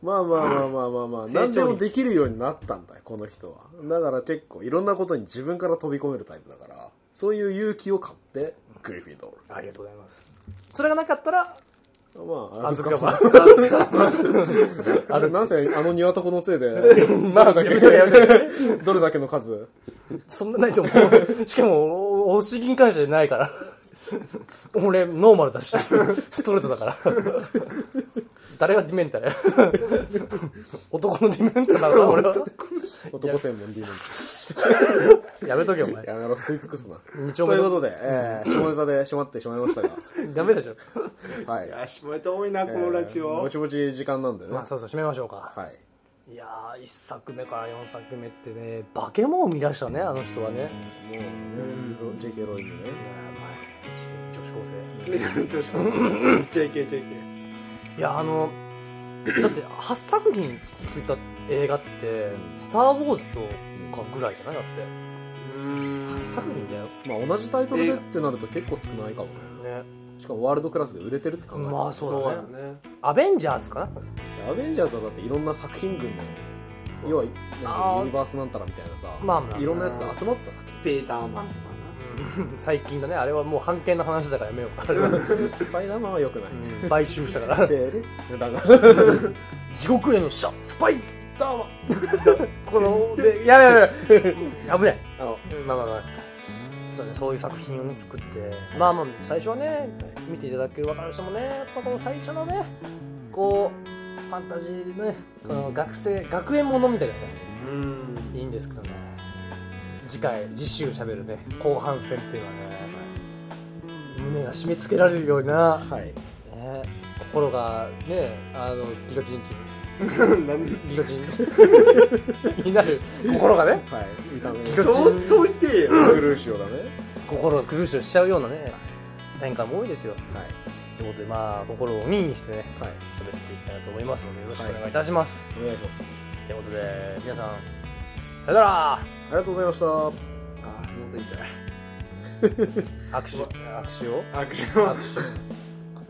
まあまあまあまあまあまあ、何でもできるようになったんだよこの人はだから結構いろんなことに自分から飛び込めるタイプだからそういう勇気を買ってグリフィンドー
ありがとうございます。それがなかったら、
ルまあ
あずかば。
あれなんせあの庭とこの杖で
まあ、やめちゃうやめちゃう。
(laughs) どれだけの数
(laughs) そんなないと思う。しかも、おお尻に関してないから。俺、ノーマルだし、ストレートだから。誰がディメンタルや男のディメンタルなのか、俺は。
男専門リー
やめとけ、お前。
やめろ吸い尽くすな
二丁
と
目
いうこ
の
とで、えー、下ネタで締まってしまいましたが
ダメでしょ。
はいい
や締めて多
(laughs)
いなこのラ (laughs) ジ
えー
オ
ぼちぼち時間なんでね、
まあ、そうそう、締めましょうか。
はい
いやー1作目から4作目ってね化け物を生み出したねあの人はねやばい
もう、ね、JK ロインね
女子高生
女子高 JKJK
いやあの (clears throat) だって8作品ついた映画って「スター・ウォーズ」とかぐらいじゃないだって8作品だよ
まあ同じタイトルでってなると結構少ないかもね
ね
しかもワールドクラスで売れてるって考えたら
まあそうだね
だね
アベンジャーズかな (laughs)
アベンジャーズはだっていろんな作品群の要はなん
あ
か
ー
ユニバースなんたらみたいなさ
まあまあ
いろんなやつが集まった作
スペーダーマンとか
うん最近だねあれはもう判権の話だからやめよう (laughs) か、う
品スパイダーマンは良くない
ん買収したから (laughs)
でレッだが
地獄へのシャスパイ
などうも
このでやべやべ
(laughs)
やべ危ない
あの
まあまあまあそう,、ね、そういう作品をね作ってまあまあ最初はね見ていただける分かる人もねやっぱこの最初のねこうファンタジーでねこの学生学園ものみたいなね
うん
いいんですけどね次回次週しゃべるね後半戦っていうのはね胸が締め付けられるような、
はい
ね、心がねあのギロチンチ
(laughs) 何で
ンギ
(laughs)
ロチン (laughs) になる心がね
はい痛め
ロチン
相当痛えよ
ブルーシオだね
心が苦しをしちゃうようなね展開も多いですよ
はい
ということでまあ心を鬼にしてね
はい
喋っていきたいなと思いますのでよろしくお願いいたします、
お願いします
ということで皆さんさよなら
ありがとうございました
あ喉痛い
握手握手を
握手
握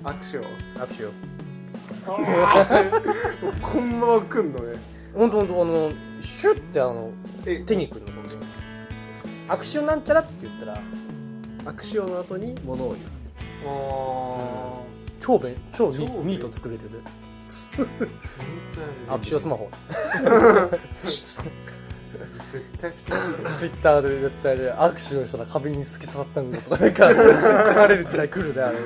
握手を
手握手を
こんまま来んのね
ほんとほんとあのシュッてあの
え
手にくるのほんとに握手をなんちゃらって言ったら
握手をの後に物を言う
あ
超便超ミ
超便
ミート作れる
あ
握手用スマ (laughs) ホ
絶対太る
ツイッターで絶対で握手をしたら壁に突き刺さったんだとかなんか書かれる時代来るねあれ